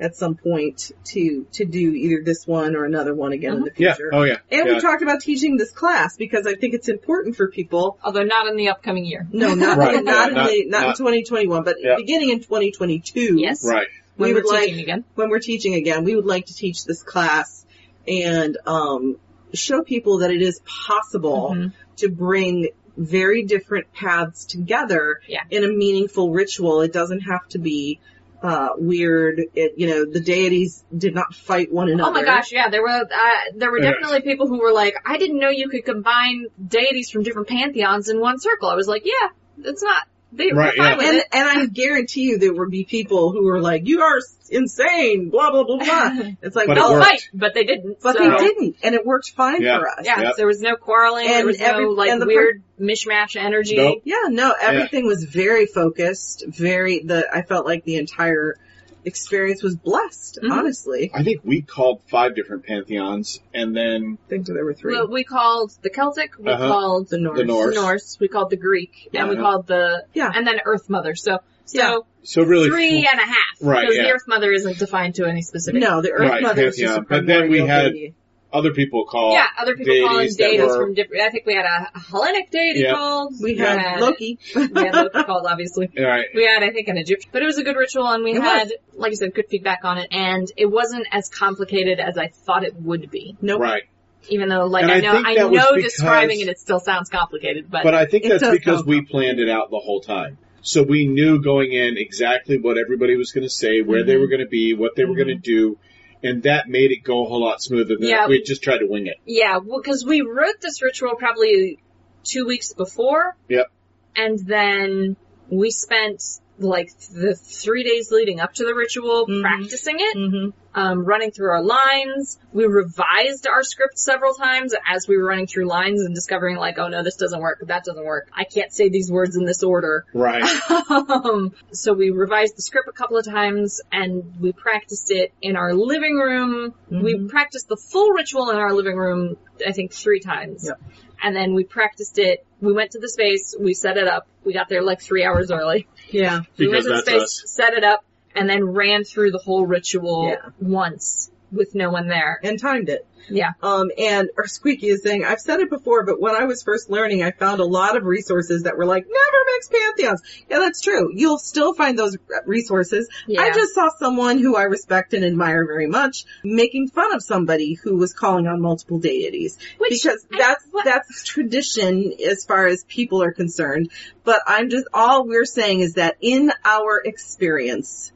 at some point to, to do either this one or another one again in the
yeah,
future.
oh yeah,
And
yeah.
we talked about teaching this class because I think it's important for people.
Although not in the upcoming year.
No, not,
[LAUGHS]
not,
Right, yeah,
in the,
not-
not, in
not-
2021, but
Yep.
beginning in 2022.
Yes.
right.
When
We
we are
would like-
teaching again.
when we're teaching again, we would like to teach this class and um, show people that it is possible
Mhm.
to bring very different paths together
Yeah.
in a meaningful ritual. It doesn't have to be uh, weird. It, you know, the deities did not fight one another.
Oh my gosh, yeah, there were uh, there were
Yeah.
definitely people who were like, I didn't know you could combine deities from different pantheons in one circle. I was like, yeah, it's not. They,
Right,
we're fine
yeah.
with
And,
it.
and I guarantee you there would be people who were like, you are insane, blah, blah, blah,
[LAUGHS]
blah. It's like,
But it
well,
They'll
worked.
fight, but they didn't.
but
so-
they didn't, and it worked fine
Yeah.
for us.
Yeah,
Yep.
there was no quarreling. there
And
was
every-
no like
and the per-
weird mishmash energy.
Nope.
Yeah, no, everything was very focused, very, the, I felt like the entire experience was blessed,
Mhm.
honestly.
I think we called five different pantheons, and then
I think there were three.
Well, we called the Celtic, we
Uh-huh.
called
the Norse.
the Norse. Uh-huh.
Norse, we called the Greek, and we
Yeah.
called the
Yeah.
and then Earth Mother. So so
Yeah.
So really,
three and a half.
Right,
Because the
yeah.
Earth Mother isn't defined to any specific.
No, the Earth
Right,
Mother was just
Pantheon.
a
But then we
primordial
had-
deity.
other people call
Yeah, other people call in
deities that
deities
were-
from different. I think we had a Hellenic deity
Yeah.
called.
We had Loki.
we
[LAUGHS]
had Loki called, obviously.
All right.
We had, I think, an Egyptian, but it was a good ritual, and we
It
had, like I said, good feedback on it, and it wasn't as complicated as I thought it would be.
Nope.
Right.
Even though, like,
And
I,
I
know,
think
I
that was
know
because-
describing it, it still sounds complicated, but,
But I think
It
that's
does
because
sound
we planned it out the whole time. So we knew going in exactly what everybody was going to say, where they were going to be, what they were going to do, and that made it go a whole lot smoother than
Yeah.
if we had just tried to wing it.
yeah, because we wrote this ritual probably two weeks before.
Yep.
And then we spent like the three days leading up to the ritual
Mhm.
practicing it.
hmm
um, running through our lines. We revised our script several times as we were running through lines and discovering like, oh no, this doesn't work, that doesn't work. I can't say these words in this order.
Right.
um, so we revised the script a couple of times and we practiced it in our living room. We
Mm-hmm.
practiced the full ritual in our living room, I think three times.
Yep.
And then we practiced it. We went to the space. We set it up. We got there like three hours early.
Yeah.
We
Because
went to the
that's us.
space, set it up, and then ran through the whole ritual
Yeah.
once. with no one there.
and timed it.
Yeah.
Um, and or Squeaky is saying, I've said it before, but when I was first learning, I found a lot of resources that were like, never mix pantheons. Yeah, that's true. You'll still find those resources.
Yeah.
I just saw someone who I respect and admire very much making fun of somebody who was calling on multiple deities.
Which
because
I-
that's,
what-
that's tradition as far as people are concerned. But I'm just, all we're saying is that in our experience,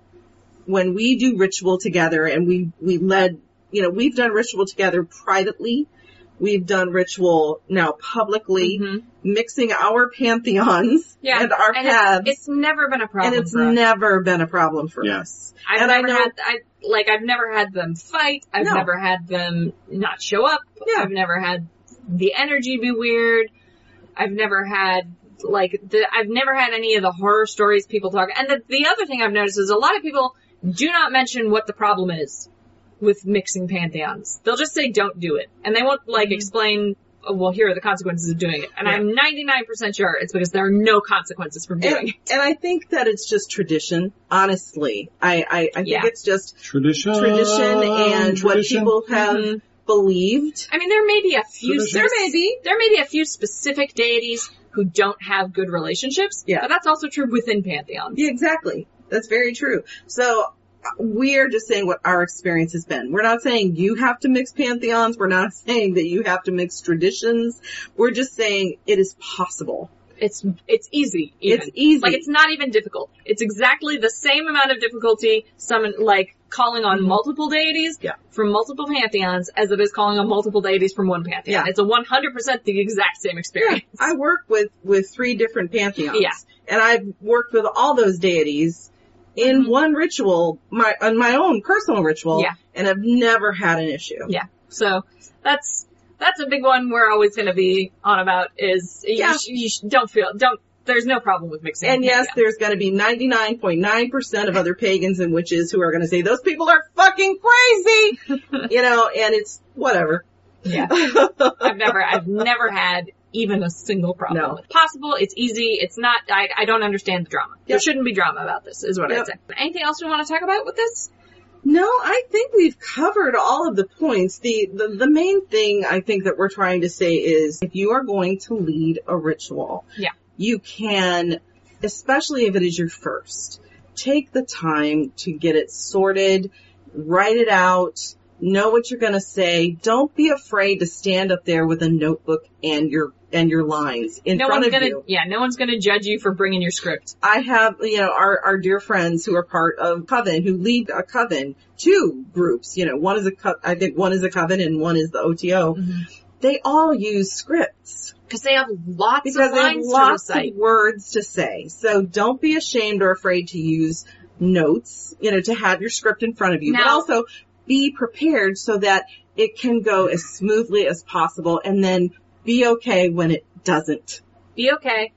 when we do ritual together and we, we led, you know, we've done ritual together privately. We've done ritual now publicly,
Mhm.
mixing our pantheons
Yeah.
and our
And
paths.
it's, it's never been a problem.
and it's
for us.
never been a problem for
Yeah.
us.
I've
and I
never
know-
had I like I've never had them fight. I've
No.
never had them not show up.
Yeah.
I've never had the energy be weird. I've never had like the I've never had any of the horror stories people talk. And the, the other thing I've noticed is a lot of people do not mention what the problem is with mixing pantheons. They'll just say don't do it, and they won't
Mm-hmm.
like explain. Oh, well, here are the consequences of doing it, and I'm 99% sure it's because there are no consequences from doing
And,
it.
and I think that it's just tradition, honestly. I, I, I think
Yeah.
it's just
Tradition.
Ah, tradition Mm-hmm. and what
Tradition.
people have
Mhm.
believed.
I mean, there may be a few.
Traditions.
There may be. There may be a few specific deities who don't have good relationships.
Yeah.
But that's also true within pantheons.
Yeah, exactly. That's very true. So uh, we're just saying what our experience has been. We're not saying you have to mix pantheons. We're not [LAUGHS] saying that you have to mix traditions. We're just saying it is possible.
It's it's easy. Even.
It's easy.
Like it's not even difficult. It's exactly the same amount of difficulty summon like calling on multiple deities
Mm-hmm. Yeah.
from multiple pantheons as it is calling on multiple deities from one pantheon.
Yeah.
It's a 100% the exact same experience.
Yeah, I work with with three different pantheons.
Yeah.
And I've worked with all those deities in
Mhm.
one ritual, my on my own personal ritual,
Yeah.
and I've never had an issue.
Yeah. So that's that's a big one we're always going to be on about is you,
Yeah.
sh- you sh- don't feel don't there's no problem with mixing.
And yes,
pantheons.
there's going to be 99.9% of other pagans and witches who are going to say those people are fucking crazy, [LAUGHS] you know, and it's whatever.
Yeah.
[LAUGHS]
I've never, I've never had even a single problem.
No.
It's possible. It's easy. It's not, I, I don't understand the drama. There
Yep.
shouldn't be drama about this is what I'd
Yep.
say. Anything else we want to talk about with this?
No, I think we've covered all of the points. The, the the main thing I think that we're trying to say is if you are going to lead a ritual,
Yeah.
you can, especially if it is your first, take the time to get it sorted, write it out, know what you're going to say. Don't be afraid to stand up there with a notebook and your and your lines in
no
front
one's
of
gonna,
you.
yeah, no one's gonna judge you for bringing your script.
I have, you know, our, our dear friends who are part of Coven, who lead a Coven, two groups, you know, one is a co- I think one is a Coven and one is the OTO.
Mm-hmm.
They all use scripts
Cause they have lots
because
of
they have
lines
lots
to recite.
of words to say. So don't be ashamed or afraid to use notes, you know, to have your script in front of you, but
Now-
also be prepared so that it can go as smoothly as possible and then be okay when it doesn't. [LAUGHS]
be okay,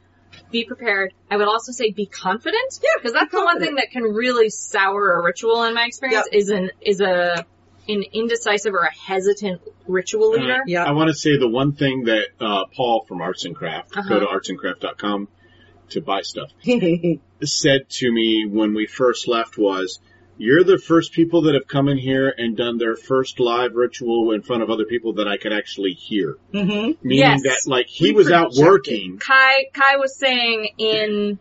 be prepared. I would also say be confident. Yeah, because that's
be
the one thing
confident.
that can really sour a ritual in my experience is an is a an indecisive or a hesitant ritual
Uh,
leader.
Yeah.
I want to say the one thing that uh, Paul from Arts and Craft,
Uh-huh.
go to artsandcraft.com to buy stuff,
Mm-hmm.
said to me when we first left was, you're the first people that have come in here and done their first live ritual in front of other people that I could actually hear.
hmm
Meaning
Yes.
that like he
We
was out
projected.
working.
Kai Kai was saying in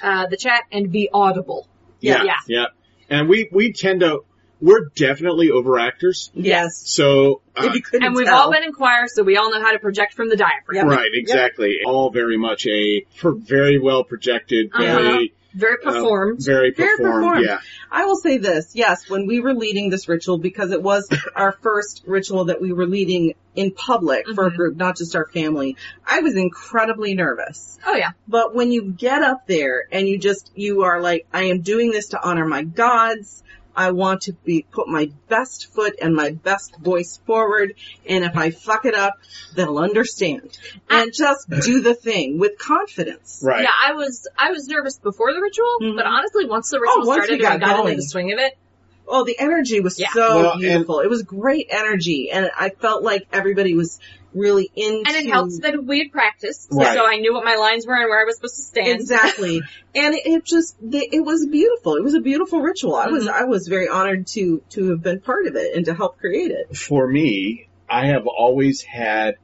uh, the chat and be audible.
Yeah.
Yeah.
Yeah. And we, we tend to, we're definitely overactors.
Yes.
So, uh,
If you couldn't
And we've
tell.
all been in choir, so we all know how to project from the diaphragm.
Right, exactly. All very much a per- very well projected, very
Very
uh,
performed.
very
Very
performed.
performed.
Yeah,
I will say this, yes, when we were leading this ritual, because it was our first ritual that we were leading in public for a
Mhm.
group, not just our family, I was incredibly nervous.
oh yeah.
But when you get up there and you just, you are like, I am doing this to honor my gods. I want to be, put my best foot and my best voice forward. And if I fuck it up, they'll understand. And just do the thing with confidence.
right.
Yeah, I was I was nervous before the ritual,
Mhm.
but honestly, once the ritual
once we
started and I
got
got
going.
into the swing of it,
Oh, the energy was
Yeah.
so
Well, and-
beautiful. It was great energy and I felt like everybody was really into
And it helps that we had practiced,
Right.
so I knew what my lines were and where I was supposed to stand. [LAUGHS]
Exactly. and it, it just, they, it was beautiful. It was a beautiful ritual. I was,
Mm-hmm.
I was very honored to, to have been part of it and to help create it.
For me, I have always had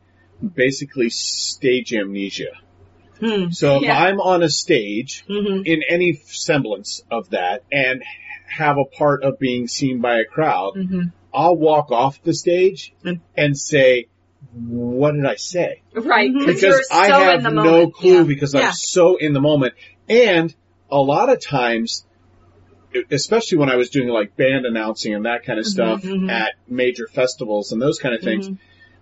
basically stage amnesia.
Hmm.
So if
Yeah.
I'm on a stage
Mm-hmm.
in any semblance of that and have a part of being seen by a crowd,
Mhm.
I'll walk off the stage
Mm.
and say, what did I say?
Right,
Mhm.
because you're
Because
so
I have
in the
no
moment.
clue
Yeah.
because
Yeah.
I'm so in the moment. And a lot of times, especially when I was doing like band announcing and that kind
Mm-hmm,
of stuff
mhm.
at major festivals and those kind of things,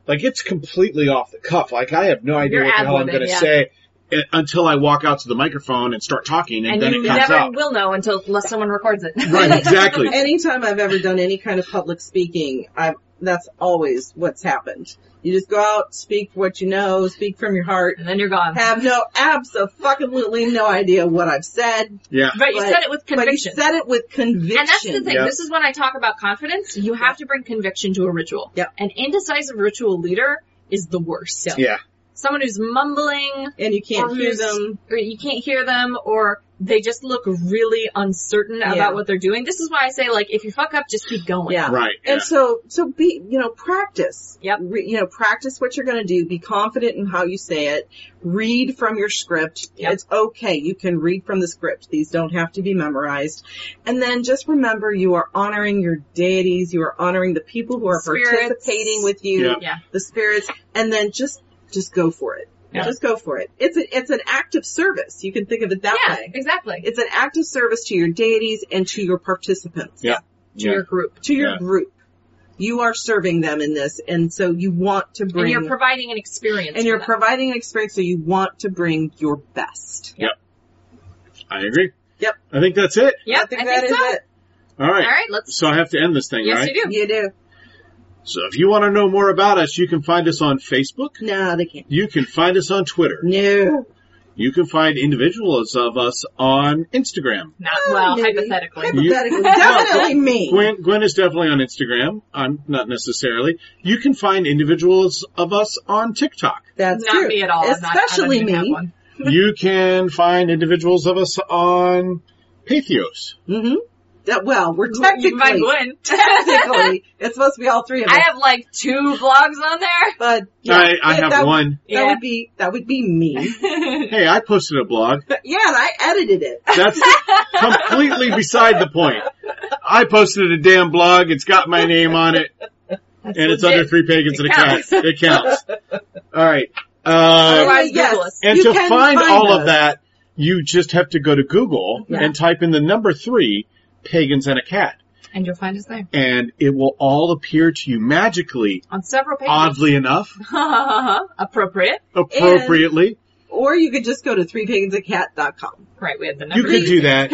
like it's completely off the cuff. Like I have no idea
Mm-hmm. You're
what the hell I'm
ad-libbing,
going to
yeah.
say i- until I walk out to the microphone and start talking and,
And
then
you
it comes
never
out.
will know until unless someone records it.
Right, exactly.
[LAUGHS] Anytime I've ever done any kind of public speaking, I've, that's always what's happened. You just go out, speak what you know, speak from your heart,
[LAUGHS] and then you're gone.
have no, absolutely no idea what I've said,
Yeah.
Right, you
but-
said it with
but you
conviction.
said it with conviction.
And that's the thing.
Yep.
This is when I talk about confidence. You have to bring conviction to a ritual.
Yep.
An indecisive ritual leader is the worst.
Yeah.
Someone who's mumbling,
And you can't
Or
hear
who's-
them.
or you can't hear them, or they just look really uncertain
Yeah.
about what they're doing. This is why I say, like, if you fuck up, just keep going.
Yeah.
Right.
And so, so be, you know, practice.
Yep.
Re, you know, practice what you're going to do. Be confident in how you say it. Read from your script.
Yep.
It's okay. You can read from the script. These don't have to be memorized. And then just remember you are honoring your deities. You are honoring the people who are
Spirits.
participating with you.
Yep.
Yeah.
The spirits. And then just, just go for it.
Yeah.
Just go for it. It's a, it's an act of service. You can think of it that
Yeah,
way.
exactly.
It's an act of service to your deities and to your participants
To your group.
to your
Yeah.
group. You are serving them in this, and so you want to
And
bring,
you're providing an experience.
and you're
for them.
providing an experience, so you want to bring your best.
I agree.
Yep.
I think that's it.
Yep, I think,
that is
so.
All right.
All right, let's.
So I have to end this thing,
Yes,
right?
you do.
You do.
So if you want to know more about us, you can find us on Facebook.
No, they can't.
You can find us on Twitter.
No.
You can find individuals of us on Instagram.
Not well,
maybe.
hypothetically.
Hypothetically, definitely me.
Gwen, Gwen is definitely on Instagram. I'm not necessarily. You can find individuals of us on TikTok.
That's
Not
true.
me at all. I'm not- I don't
Especially
even have
me.
one.
you can find individuals of us on Patheos.
Mm-hmm. That, well, we're
You can find
technically,
Gwen. [LAUGHS]
technically, it's supposed to be all three of us,
I have like two blogs on there.
but yeah,
I, I
it-
have
that,
one.
That would be, that would be me.
Hey, I posted a blog.
But yeah, and I edited it.
That's completely beside the point. I posted a damn blog. It's got my name on it, and it's
legit.
under three pagans and a
It
cat.
counts.
It counts. All right.
[LAUGHS]
Uh,
Otherwise,
Yes.
Google us.
And
You
to
can
find,
find
all
us.
of that, you just have to go to Google
Yeah.
and type in the number three, pagans and a cat,
[LAUGHS] And you'll find us there.
and it will all appear to you magically,
On several pages.
[LAUGHS]
oddly enough,
[LAUGHS] Appropriate.
appropriately.
Or you could just go to threepagansacat.com.
Right, we had the
You
number.
could do that.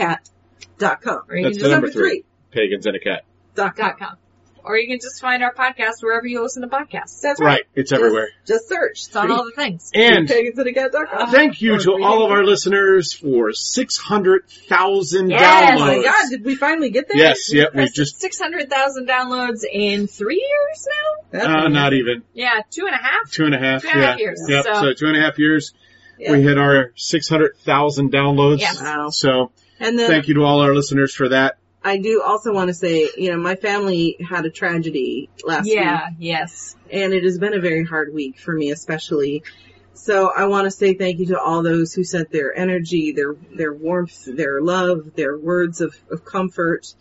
Pagansandacat.com.
Or you
That's the
can just,
number
number
three,
three.
pagans and a cat.
Dot com.
dot com. Or you can just find our podcast wherever you listen to podcasts.
That's right.
Right, it's everywhere.
Just, just search.
It's on all the things.
And
Pagansandacat.com.
thank you
Or
to
three
all of our
pagans-
listeners for 600,000
Oh
Yes.
my
downloads.
god, did we finally get there?
Yes, yep, we've
That's
just,
600,000 downloads in three years now?
That's
uh,
amazing.
not even,
Yeah, two and a half.
two and a half,
Two and a half
yeah.
years,
Yep,
so-
so two and a half years.
Yeah.
We hit our 600,000 downloads.
Yeah.
Wow.
So
And then
Thank you to all our listeners for that.
I do also want to say, you know, my family had a tragedy last week
Yeah, yes.
and it has been a very hard week for me especially. So I want to say thank you to all those who sent their energy, their, their warmth, their love, their words of, of comfort,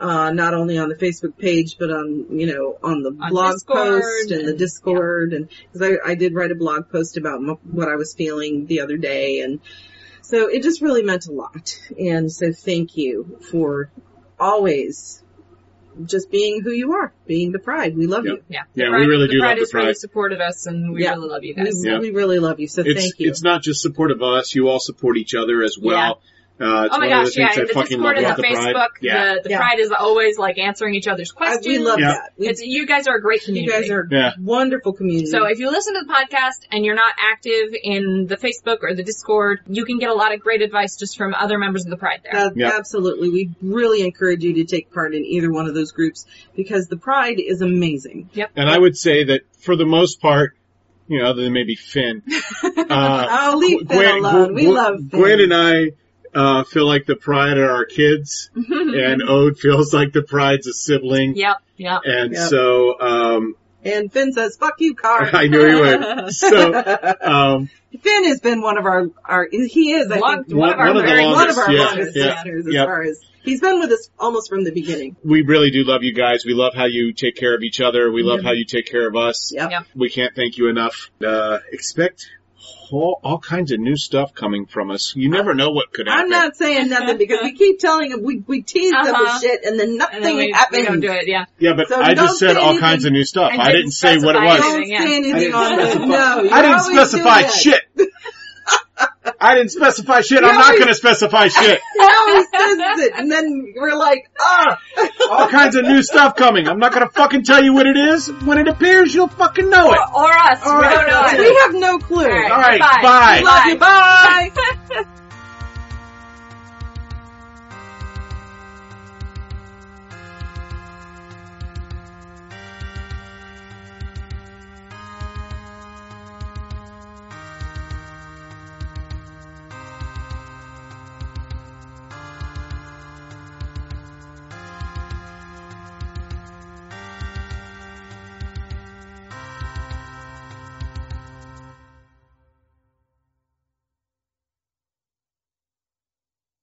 uh, not only on the Facebook page, but on, you know, on the
On
blog
Discord
post and, the
and-
Discord. And because I, I did write a blog post about m- what I was feeling the other day. And so it just really meant a lot. And so thank you for always just being who you are, being the pride. We love
Yep.
you.
Yeah.
Yeah,
The
we really do love the
Fridays really
Pride.
supported us and we
Yeah.
really love you
We,
guys.
Yeah.
we really love you. So
It's
thank you.
it's not just support of us; you all support each other as well. Uh, it's
Oh my
one of the
gosh,
things
yeah,
I
the
fucking
Discord
love
and
about
the
the Pride.
Facebook,
Yeah.
the, the
Yeah.
Pride is always like answering each other's
I-
questions.
we love
Yeah.
that. We,
it's, you guys are a great
you
community.
guys are
Yeah.
wonderful community.
So if you listen to the podcast and you're not active in the Facebook or the Discord, you can get a lot of great advice just from other members of the Pride there.
Uh,
Yeah.
Absolutely. We really encourage you to take part in either one of those groups because the pride is amazing.
And I would say that for the most part, you know, other than
[LAUGHS]
maybe Finn, uh,
Oh, leave Finn
Gwen,
alone. we
Gwen-
love Finn.
Gwen and I uh, feel like the Pride are our kids,
Mm-hmm.
and Ode feels like the Pride's a sibling.
Yep, yep.
And
Yep.
so, um,
And Finn says, fuck you, Carl.
[LAUGHS] I knew
[LAUGHS]
he would. So, um,
Finn has been one of our, our, he is, I
Long-
think,
one,
of our
one of the
very-
longest,
one of our
yeah,
longest
yeah,
listeners as
yeah.
far as, he's been with us almost from the beginning.
we really do love you guys. We love how you take care of each other. We love how you take care of us.
Yep.
Yep.
We can't thank you enough. Uh, expect all, all kinds of new stuff coming from us. You never know what could happen.
I'm not saying nothing because we keep telling him, we, we tease them
Uh-huh.
with shit and then nothing
And then we, we
happens.
don't do it, yeah.
yeah, but
So
I
don't
just said
say
all
anything.
kinds of new stuff.
I
I
didn't
didn't say what it
specify
was.
anything.
Don't say
I
anything
didn't
on this.
specify-
No, you
I didn't
always do
specify
that.
shit. I didn't specify shit. I'm not
always-
going to specify shit.
He always says it, and then we're like, ah,
All kinds of new stuff coming. I'm not going to fucking tell you what it is. When it appears, you'll fucking know it.
Or, or us, [LAUGHS] we
right,
don't know
that's
either.
we have no clue.
All right,
All right, bye.
goodbye.
Love you, bye.
Bye.